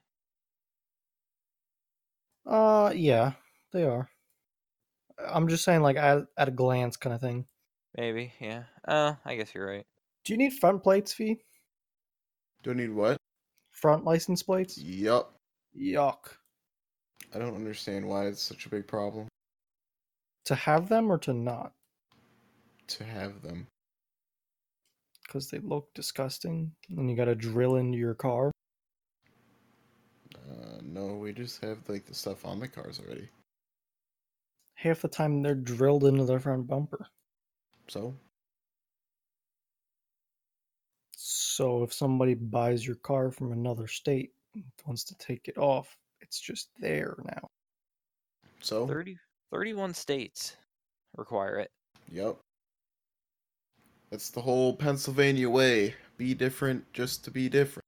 Uh, yeah, they are. I'm just saying, like at, at a glance, kind of thing.
Maybe, yeah. Uh, I guess you're right.
Do you need front plates, Fee?
Don't need what?
Front license plates?
Yup.
Yuck.
I don't understand why it's such a big problem
To have them or to not?
to have them.
Because they look disgusting. And you got to drill into your car.
Uh, no, we just have like the stuff on the cars already.
half the time they're drilled into their front bumper.
So
So if somebody buys your car from another state and wants to take it off, it's just there now.
so
30, 31 states require it.
yep. It's the whole Pennsylvania way. Be different just to be different.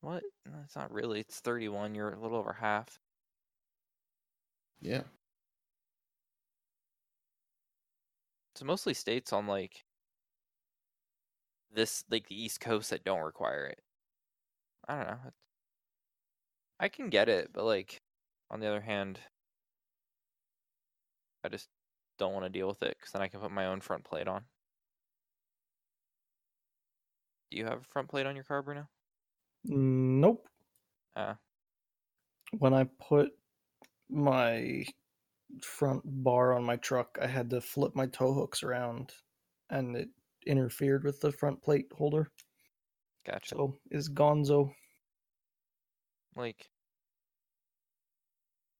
What? No, It's not really. It's 31. You're a little over half.
Yeah.
It's mostly states on like this, like the East Coast that don't require it. I don't know. it's- I can get it, but like on the other hand, I just don't want to deal with it because then I can put my own front plate on. Do you have a front plate on your car, Bruno?
Mm, Nope.
Uh,
When I put my front bar on my truck, I had to flip my tow hooks around and it interfered with the front plate holder.
gotcha.
So is gonzo.
like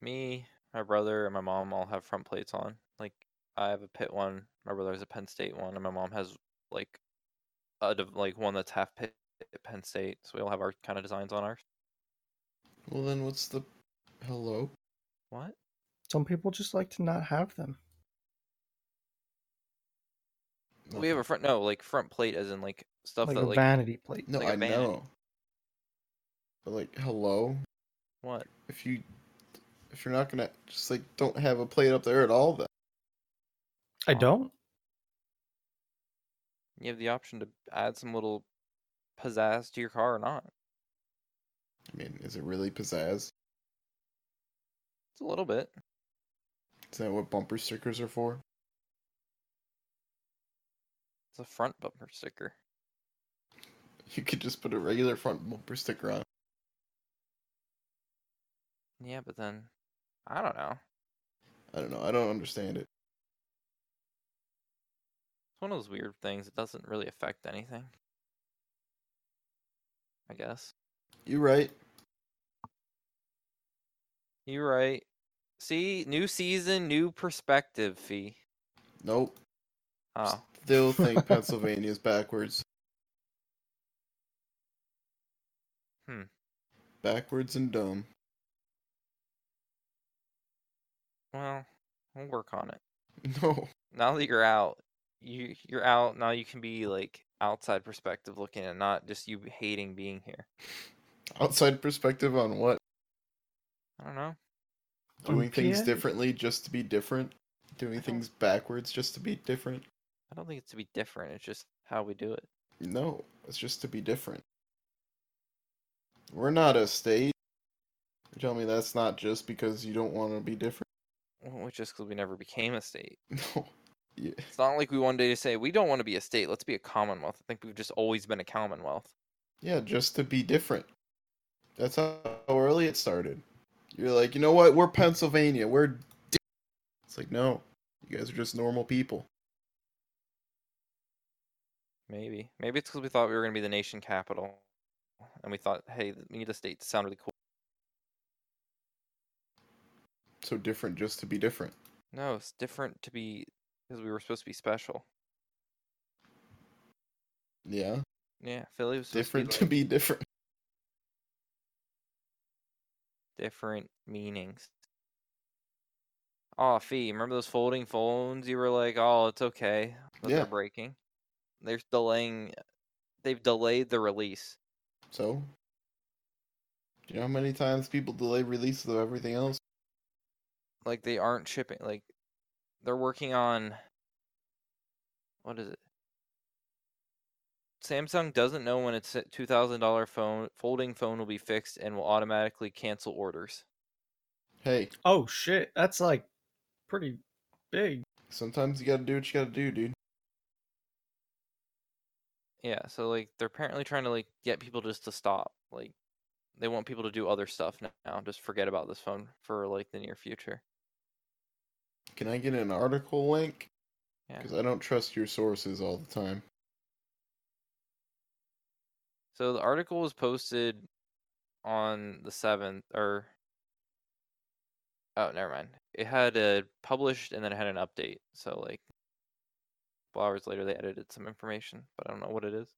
me, my brother, and my mom all have front plates on. Like I have a pit one, my brother has a Penn State one, and my mom has like a div- like one that's half pit Penn State. So we all have our kind of designs on ours.
Well then what's the hello?
What?
Some people just like to not have them.
We have a
Nothing.
front no like front plate as in like stuff
Like
that
a
like
vanity plate.
No,
like a
I
vanity.
know. But like hello?
what?
If you if you're not gonna just like don't have a plate up there at all then.
I
Oh.
don't.
You have the option to add some little pizzazz to your car or not.
I mean, is it really pizzazz?
It's a little bit.
Is that what bumper stickers are for?
It's a front bumper sticker.
You could just put a regular front bumper sticker on.
Yeah, but then I don't know.
I don't know. I don't understand it.
It's one of those weird things that doesn't really affect anything. I guess.
You're right.
You're right. See, new season, new perspective, Fee.
Nope.
Oh,
Still think Pennsylvania's backwards.
Hmm.
Backwards and dumb.
well, we'll work on it.
No.
Now that you're out, you you're out, now you can be like outside perspective looking and not just you hating being here.
Outside perspective on what?
I don't know.
On
Doing things
PA?
differently just to be different? Doing things backwards just to be different?
I don't think it's to be different, it's just how we do it.
No, it's just to be different. We're not a state. You're telling me that's not just because you don't want to be different?
Well, Which is because we never became a state.
No. Yeah.
It's not like we one day say we don't want to be a state. Let's be a commonwealth. I think we've just always been a commonwealth.
Yeah, just to be different. That's how early it started. You're like, you know what? We're Pennsylvania. We're. Di-. It's like, no, you guys are just normal people.
Maybe. Maybe it's because we thought we were going to be the nation capital. And we thought, hey, th- we need a state to sound really cool.
So different just to be different.
No, it's different to be because we were supposed to be special.
Yeah,
Yeah, Philly was supposed
different
to
to
be, like,
be different.
different meanings. Oh, Fee, remember those folding phones? You were like, oh, it's okay. That
Yeah.
They're breaking. They're delaying. They've delayed the release.
So, do you know how many times people delay releases of everything else?
like they aren't shipping like they're working on what is it samsung doesn't know when its $2000 phone folding phone will be fixed and will automatically cancel orders
Hey,
Oh shit, that's like pretty big.
sometimes you gotta do what you gotta do, dude.
yeah so like they're apparently trying to like get people just to stop like they want people to do other stuff n- now just forget about this phone for like the near future
Can I get an article link?
Yeah.
Because I don't trust your sources all the time.
So the article was posted on the seventh, or Oh, never mind. It had a published and then it had an update. So like, a couple hours later, they edited some information, but I don't know what it is.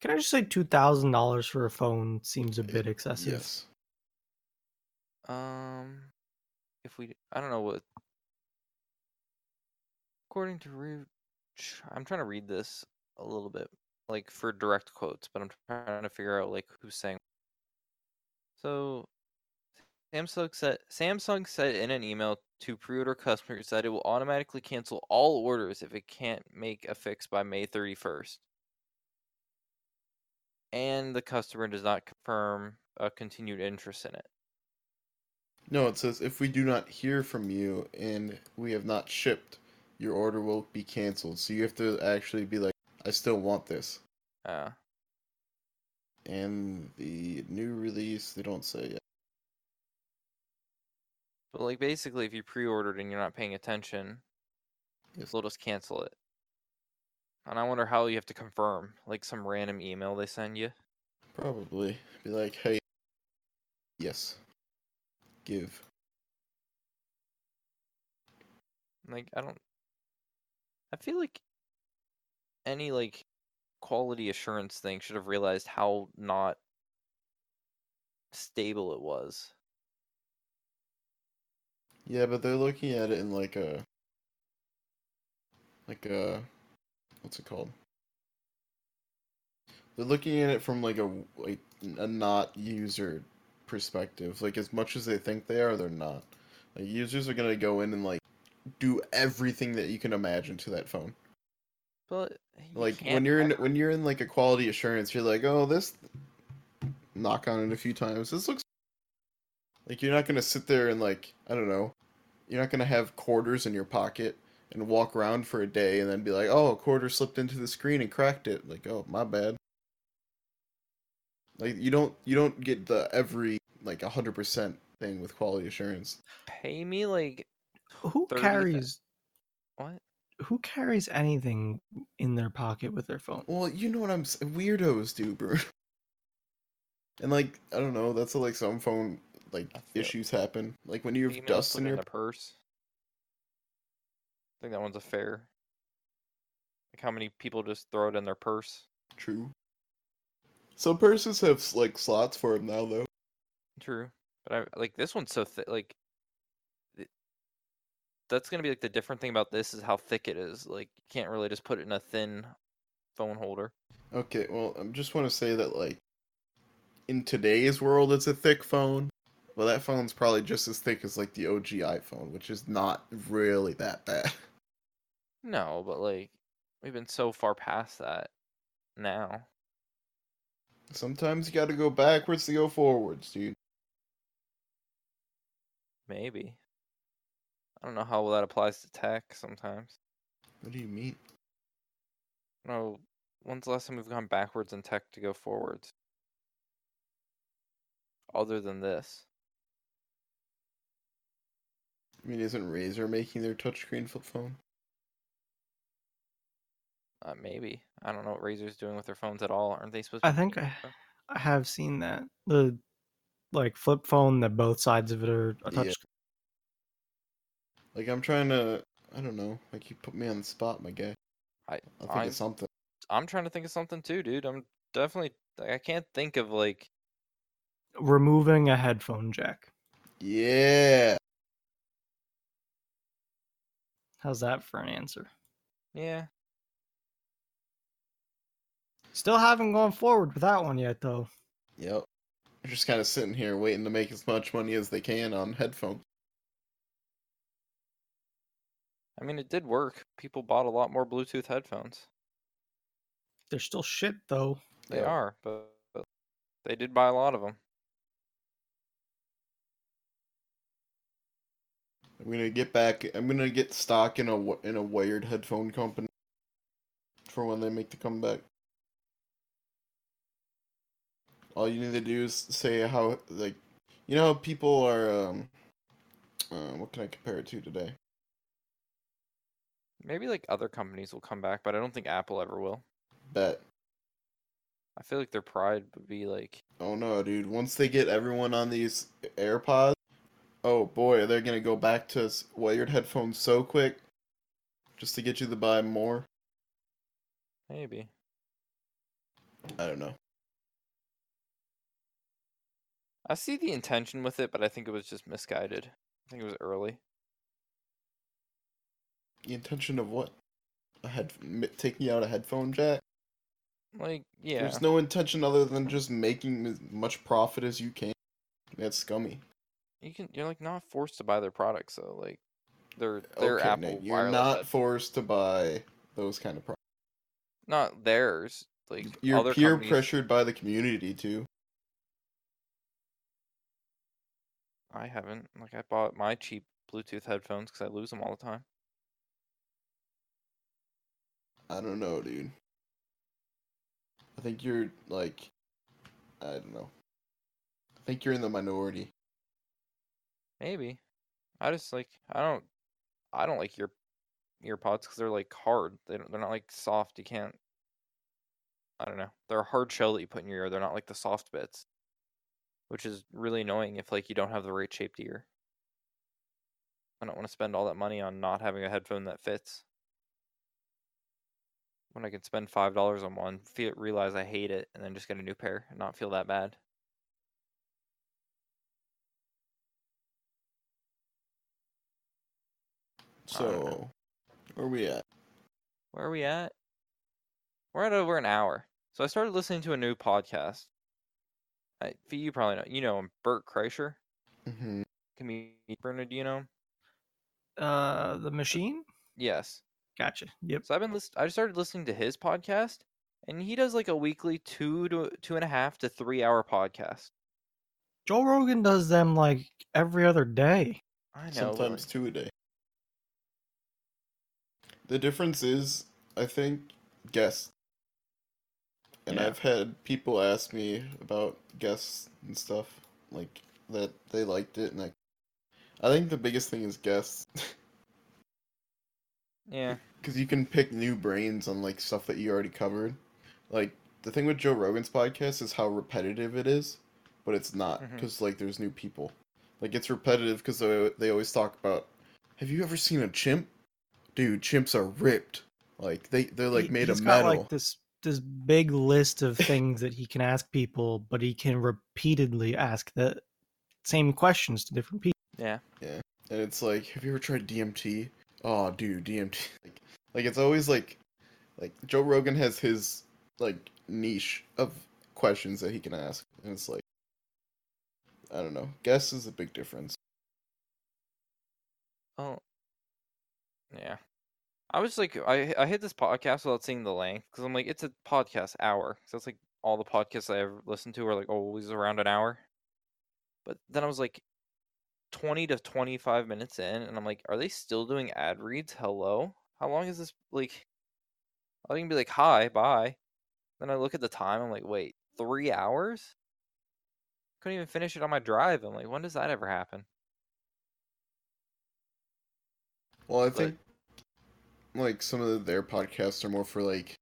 Can I just say two thousand dollars for a phone seems a
It-
bit excessive?
Yes.
Um, if we, I don't know what. According to Root, I'm trying to read this a little bit, like for direct quotes, but I'm trying to figure out like who's saying. So, Samsung said Samsung said in an email to pre-order customers that it will automatically cancel all orders if it can't make a fix by May 31st, and the customer does not confirm a continued interest in it.
No, it says if we do not hear from you and we have not shipped, your order will be canceled. So you have to actually be like, I still want this.
Uh,
And the new release, they don't say yet.
But like basically, if you pre-ordered and you're not paying attention,
Yes.
they'll just cancel it. And I wonder how you have to confirm, like some random email they send you.
Probably be like, hey, yes, give.
Like I don't. I feel like any like quality assurance thing should have realized how not stable it was.
Yeah, but they're looking at it in like a, like a, what's it called? They're looking at it from like a like a not user perspective. Like as much as they think they are, they're not. Like users are gonna go in and like do everything that you can imagine to that phone.
But you
Like when
can't
you're in
have-
when you're in like a quality assurance, you're like, oh, this knock on it a few times. This looks like you're not gonna sit there and like I don't know, you're not gonna have quarters in your pocket and walk around for a day and then be like, oh, a quarter slipped into the screen and cracked it. Like, oh, my bad. Like you don't you don't get the every like hundred percent thing with quality assurance.
pay me like
Who
30
carries
what?
who carries anything in their pocket with their phone?
Well, you know what I'm s- weirdos do, bro. And like I don't know, that's how, like some phone like
I feel-
issues happen. Like when you have
Females
dust
put
in
it
your
a purse. I think that one's a fair. Like how many people just throw it in their purse?
true. Some purses have s- like slots for them now though.
True, but I like this one's so thick. Like, th- that's gonna be like the different thing about this is how thick it is. Like, you can't really just put it in a thin phone holder.
Okay, well I just want to say that like in today's world it's a thick phone. Well, that phone's probably just as thick as like the OG iPhone, which is not really that bad.
No, but like we've been so far past that now.
Sometimes you got to go backwards to go forwards, dude.
Maybe I don't know how well that applies to tech. Sometimes
What do you mean?
no. Oh, When's the last time we've gone backwards in tech to go forwards? Other than this.
I mean, isn't Razer making their touchscreen flip phone?
Uh, maybe. I don't know what Razer's doing with their phones at all. Aren't they supposed to
I
be
think
doing
I-
stuff?
I have seen that. The like flip phone that both sides of it are a
Yeah.
touch
Like I'm trying to, I don't know. Like you put me on the spot, my guy.
I-
I'll think
I'm-
of something.
I'm trying to think of something too, dude. I'm definitely like, I can't think of like
removing a headphone jack.
Yeah,
How's that for an answer?
yeah.
Still haven't gone forward with that one yet though.
yep. They're just kind of sitting here waiting to make as much money as they can on headphones.
I mean it did work. People bought a lot more Bluetooth headphones.
They're still shit though.
They
Yeah.
are, but, but they did buy a lot of them.
I'm gonna get back. I'm gonna get stock in a wi- in a wired headphone company for when they make the comeback. All you need to do is say how like, you know, how people are. Um, uh, what can I compare it to today?
Maybe like other companies will come back, but I don't think Apple ever will.
Bet.
I feel like their pride would be like
Oh no, dude. Once they get everyone on these AirPods, oh boy, they're gonna go back to s- wired headphones so quick, just to get you to buy more.
Maybe.
I don't know.
I see the intention with it, but I think it was just misguided. I think it was early.
The intention of what? A head m- taking out a headphone jack.
Like, yeah.
There's no intention other than just making as much profit as you can. That's scummy.
you can you're like not forced to buy their products though. Like they're they're
Okay,
Apple
Nate, you're
wireless
not
head-
forced to buy those kind of products.
not theirs. Like
You're
other
peer
companies-
pressured by the community too.
I haven't. Like I bought my cheap Bluetooth headphones because I lose them all the time.
I don't know, dude. I think you're like, I don't know. I think you're in the minority.
Maybe. I just like I don't I don't like your ear pods because they're like hard. They don't, they're not like soft. You can't. I don't know. They're a hard shell that you put in your ear. They're not like the soft bits, which is really annoying if like you don't have the right shaped ear. I don't want to spend all that money on not having a headphone that fits. When I can spend five dollars on one, feel, realize I hate it, and then just get a new pair and not feel that bad. I don't know.
So, where we at?
where are we at? We're at over an hour. So I started listening to a new podcast. I, Fee, you probably know. You know him, Bert Kreischer,
Mm-hmm.
comedian. Bernard, do you know him?
Uh, the machine.
Yes.
Gotcha. Yep.
So I've been list- I started listening to his podcast, and he does like a weekly two to two and a half to three hour podcast.
Joe Rogan does them like every other day.
I know. really.
Sometimes two a day. The difference is, I think, guests. And
Yeah.
I've had people ask me about guests and stuff like that. They liked it, and I, I think the biggest thing is guests.
Yeah.
because you can pick new brains on like stuff that you already covered. Like the thing with Joe Rogan's podcast is how repetitive it is, but it's not
Mm-hmm.
Mhm.
because like there's new people. Like it's repetitive because they, they always talk about. Have you ever seen a chimp? Dude, chimps are ripped. Like they they're like
He-
made of
he's got,
metal.
like this this big list of things that he can ask people, but he can repeatedly ask the same questions to different people.
Yeah.
and it's like, have you ever tried DMT? Oh, dude, DMT. Like, like it's always like, like Joe Rogan has his like niche of questions that he can ask, and it's like, I don't know. Guess is a big difference.
Oh. Yeah. I was like, I I hit this podcast without seeing the length because I'm like, it's a podcast hour. So it's like all the podcasts I ever listened to are like always around an hour. But then I was like, twenty to twenty five minutes in, and I'm like, are they still doing ad reads? Hello, how long is this? Like, I can be like, hi, bye. Then I look at the time. I'm like, wait, three hours? Couldn't even finish it on my drive. I'm like, when does that ever happen?
Well, I
Like-
think like some of their podcasts are more for like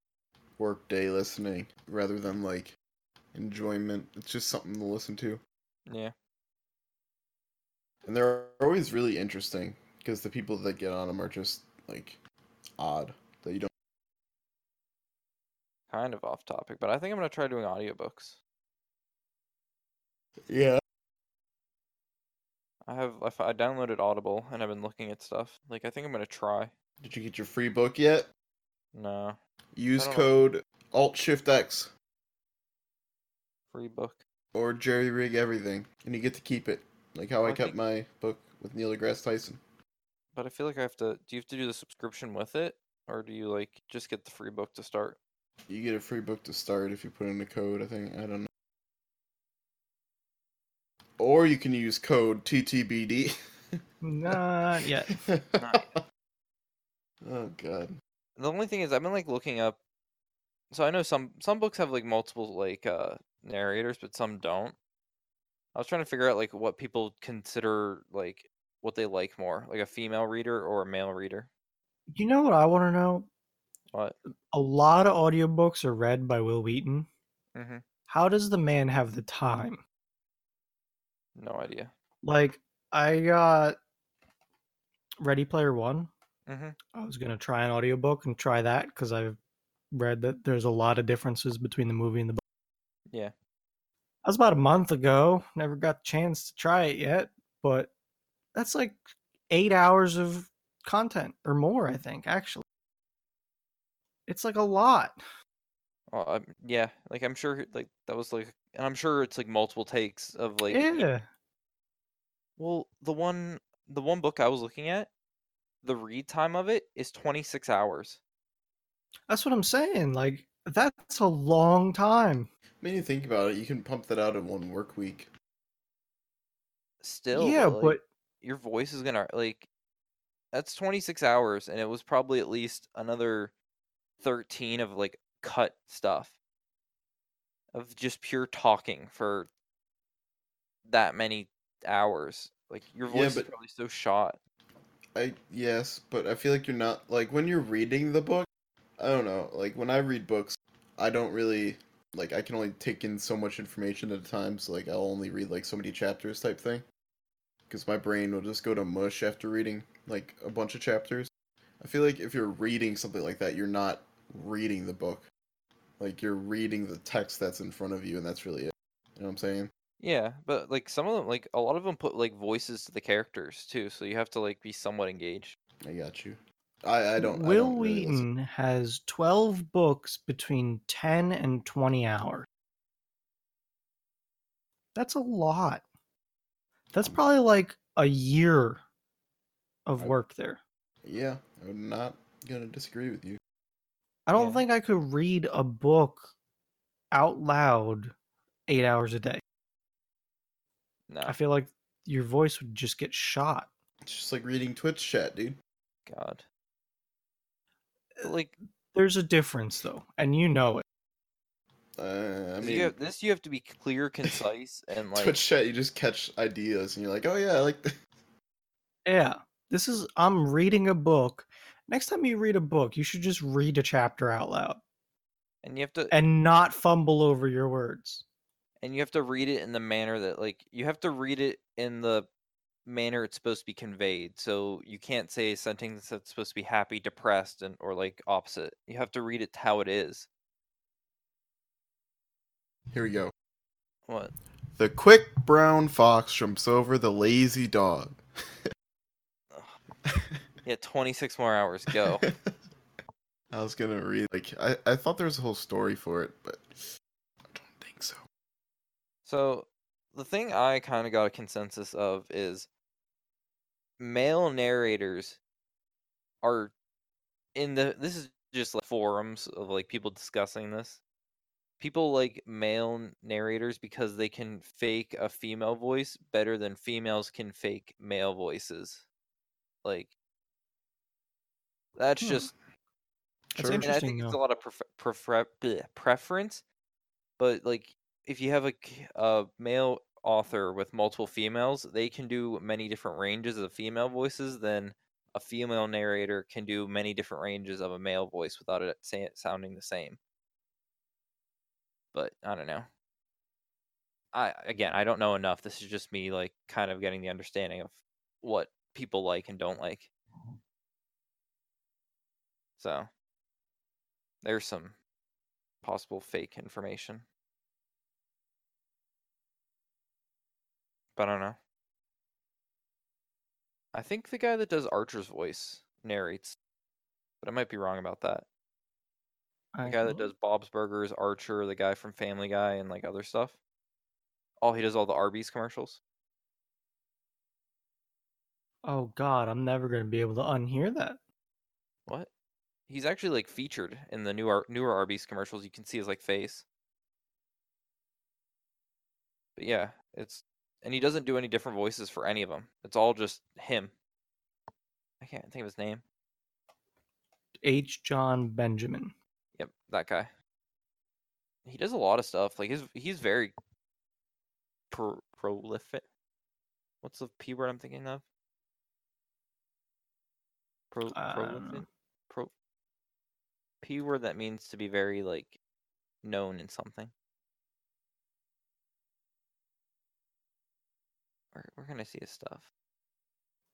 workday listening rather than like enjoyment. It's just something to listen to.
Yeah.
And they're always really interesting because the people that get on them are just like odd that you don't.
kind of off topic, but I think I'm gonna try doing audiobooks.
Yeah.
I have I f- I downloaded Audible and I've been looking at stuff. Like I think I'm gonna try.
Did you get your free book yet?
No
Use
I don't-
code Alt Shift X
free book.
or jerry rig everything, and you get to keep it. Like how
Well,
I
I
kept
think-
my book with Neil deGrasse Tyson.
But I feel like I have to. Do you have to do the subscription with it, or do you like just get the free book to start?
You get a free book to start if you put in a code. I think I don't know. Or you can use code TTBD.
Not yet.
oh god.
The only thing is I've been like looking up. So I know some some books have like multiple like uh narrators, but some don't. I was trying to figure out like what people consider like what they like more, like a female reader or a male reader.
You know what I want to know?
What?
A lot of audiobooks are read by Will Wheaton.
Mm-hmm.
How does the man have the time?
No idea.
Like I got Ready Player One.
hmm
I was gonna try an audiobook and try that because I've read that there's a lot of differences between the movie and the book.
Yeah.
That was about a month ago. Never got the chance to try it yet, but that's like eight hours of content or more, I think, actually. It's like a lot.
Well, Uh, I'm, yeah, like I'm sure, like that was like, and I'm sure it's like multiple takes of like.
yeah.
Well, the one, the one book I was looking at, the read time of it is 26 hours.
That's what I'm saying. Like that's a long time.
When you think about it, you can pump that out in one work week.
Still,
yeah,
like,
but
your voice is gonna like, that's 26 hours, and it was probably at least another 13 of like cut stuff, of just pure talking for that many hours. Like your
Yeah,
voice
but-
is probably so shot.
I yes, but I feel like you're not like when you're reading the book. I don't know. Like when I read books, I don't really like. I can only take in so much information at a time. So like, I'll only read like so many chapters type thing, because my brain will just go to mush after reading like a bunch of chapters. I feel like if you're reading something like that, you're not reading the book. Like you're reading the text that's in front of you, and that's really it. You know what I'm saying?
Yeah, but like some of them, like a lot of them put like voices to the characters too, so you have to like be somewhat engaged.
I got you. I I don't. I
Will
don't really listen.
Wheaton has 12 books between 10 and 20 hours. That's a lot. That's probably like a year of
I-
work there.
Yeah, I'm not gonna disagree with you.
I don't
Yeah.
think I could read a book out loud 8 hours a day.
No,
I feel like your voice would just get shot.
It's just like reading Twitch chat, dude.
God. But, Like
There's a difference though, and you know it.
Uh, I
you
mean,
have- this, you have to be clear, concise, and like
Twitch chat, you just catch ideas and you're like, oh yeah, I like th-
Yeah. This is I'm reading a book. Next time you read a book, you should just read a chapter out loud.
and you have to
and not fumble over your words.
and you have to read it in the manner that like you have to read it in the manner it's supposed to be conveyed. So you can't say a sentence that's supposed to be happy, depressed, and or like opposite. You have to read it how it is.
Here we go.
What?
The quick brown fox jumps over the lazy dog.
Yeah, twenty six more hours. Go.
I was gonna read like I, I thought there was a whole story for it, but I don't think so.
So the thing I kind of got a consensus of is male narrators are in the this is just like forums of like people discussing this. People like male n- narrators because they can fake a female voice better than females can fake male voices. Like that's
Hmm.
just
That's
Sure.
and I
interesting.
think it's a
though.
lot of pref- prefre- bleh, preference, but like if you have a, c- a male author with multiple females, they can do many different ranges of female voices than a female narrator can do many different ranges of a male voice without it sa- sounding the same. But I don't know. I again, I don't know enough. This is just me like kind of getting the understanding of what people like and don't like. So there's some possible fake information. But I don't know. I think the guy that does Archer's voice narrates, but I might be wrong about that. The
I
guy
can
that does
look.
Bob's Burgers, Archer, the guy from Family Guy, and like other stuff. Oh, he does all the Arby's commercials.
Oh God, I'm never going to be able to unhear that.
What? He's actually like featured in the new Ar- newer Arby's commercials. You can see his like face. But yeah, it's and he doesn't do any different voices for any of them. It's all just him. I can't think of his name.
H. John Benjamin.
Yep, that guy. He does a lot of stuff. Like his he's very pro- prolific. What's the p word I'm thinking of? Pro-
I don't know.
prolific. Pro. P word that means to be very like known in something. We're we're gonna see his stuff.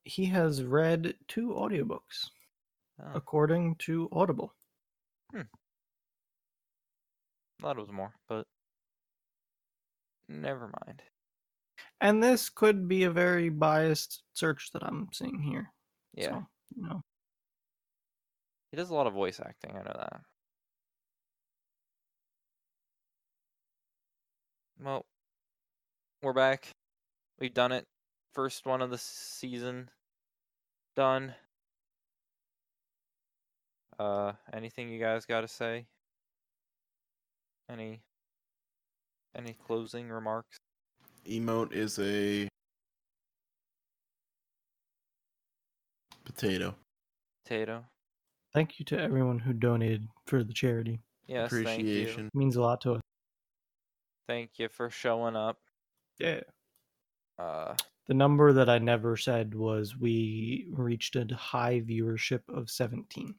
he has read two audiobooks
Oh,
according to Audible.
thought it was more, but never mind.
And this could be a very biased search that I'm seeing here.
Yeah,
So, you know,
he does a lot of voice acting. I know that. Well, we're back. We've done it. First one of the season. Done. Uh, anything you guys got to say? Any any closing remarks?
Emote is a potato.
Potato.
thank you to everyone who donated for the charity.
Yes, thank you.
Appreciation.
It means a lot to us.
Thank you for showing up.
Yeah.
Uh,
The number that I never said was we reached a high viewership of 17.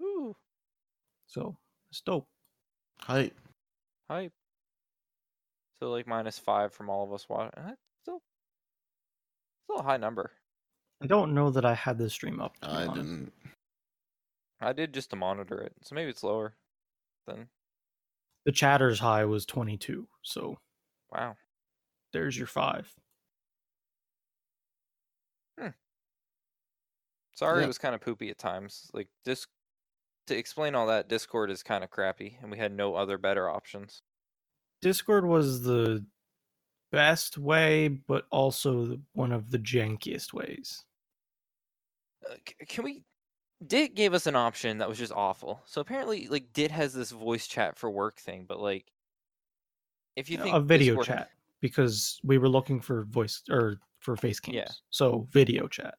woo,
So it's dope.
Hi.
hype. So like minus five from all of us watching. That's still, still a high number.
I don't know that I had the stream up. to be
I
honest.
didn't.
I did just to monitor it, so maybe it's lower. Then
The chatter's high was 22. So
wow,
there's your five.
sorry
Yeah.
it was kind of poopy at times. Like this, to explain all that, Discord is kind of crappy, and we had no other better options.
Discord was the best way, but also the- one of the jankiest ways.
uh, c- can we dit gave us an option that was just awful so apparently like dit has this voice chat for work thing but like if you think
a video
Discord-
chat because we were looking for voice or for face cams.
Yeah.
So video chat.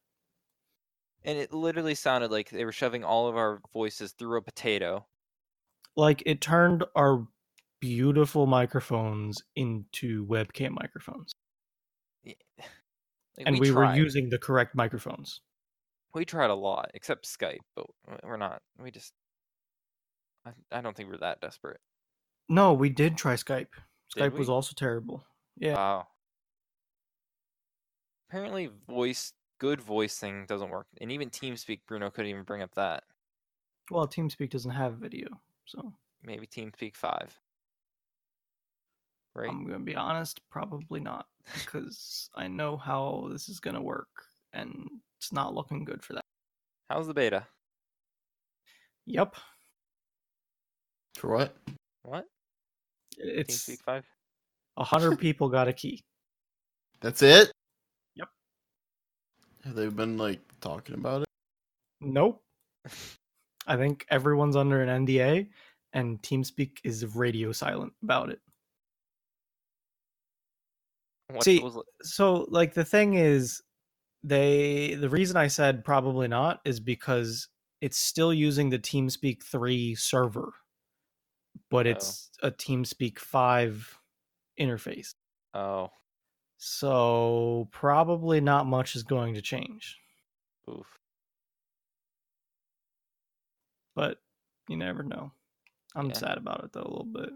and it literally sounded like they were shoving all of our voices through a potato
Like it turned our beautiful microphones into webcam microphones.
like,
And we, were
tried.
using the correct microphones.
we tried a lot except skype but w- we're not we just i, I don't think we're that desperate
No, we did try Skype.
Did
Skype was
we?
also terrible. Yeah.
wow apparently voice good voice thing doesn't work and even teamspeak bruno couldn't even bring up that
Well, TeamSpeak doesn't have video. So
maybe TeamSpeak five. Right?
I'm going to be honest, probably not because I know how this is going to work and it's not looking good for that.
How's the beta?
Yep.
For what?
What?
It's
TeamSpeak five?
100 people got a key.
That's it?
Yep.
Have they been like talking about it?
Nope. I think everyone's under an NDA and TeamSpeak is radio silent about it.
What
See-
was it-
So like the thing is they the reason I said probably not is because it's still using the TeamSpeak 3 server but
Oh.
it's a TeamSpeak 5 interface.
oh,
So probably not much is going to change,
oof.
but you never know. I'm
Yeah.
sad about it though a little bit.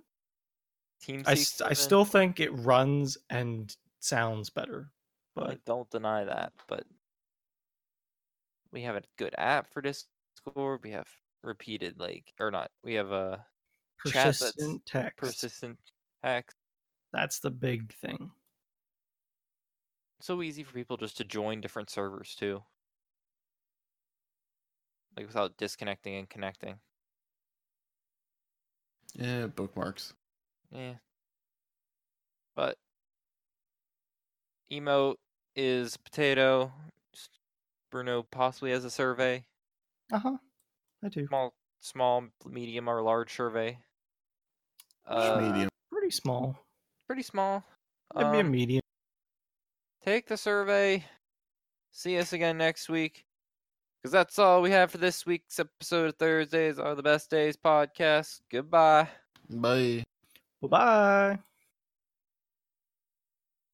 TeamSpeak
I, st-
7?
I still think it runs and sounds better,
I
but
don't deny that, but we have a good app for Discord. We have repeated like or not. We have a chat that's
persistent text.
persistent text.
That's the big thing.
So easy for people just to join different servers too. Like without disconnecting and connecting.
Yeah, bookmarks.
Yeah. But emote is potato. S- Bruno possibly has a survey.
Uh huh. I do.
Small small, medium or large survey.
It's
Uh,
medium.
Pretty small.
pretty small.
It'd be a
Um,
medium.
take the survey. See us again next week. Because that's all we have for this week's episode of Thursdays Are the Best Days podcast. Goodbye.
Bye.
Bye bye.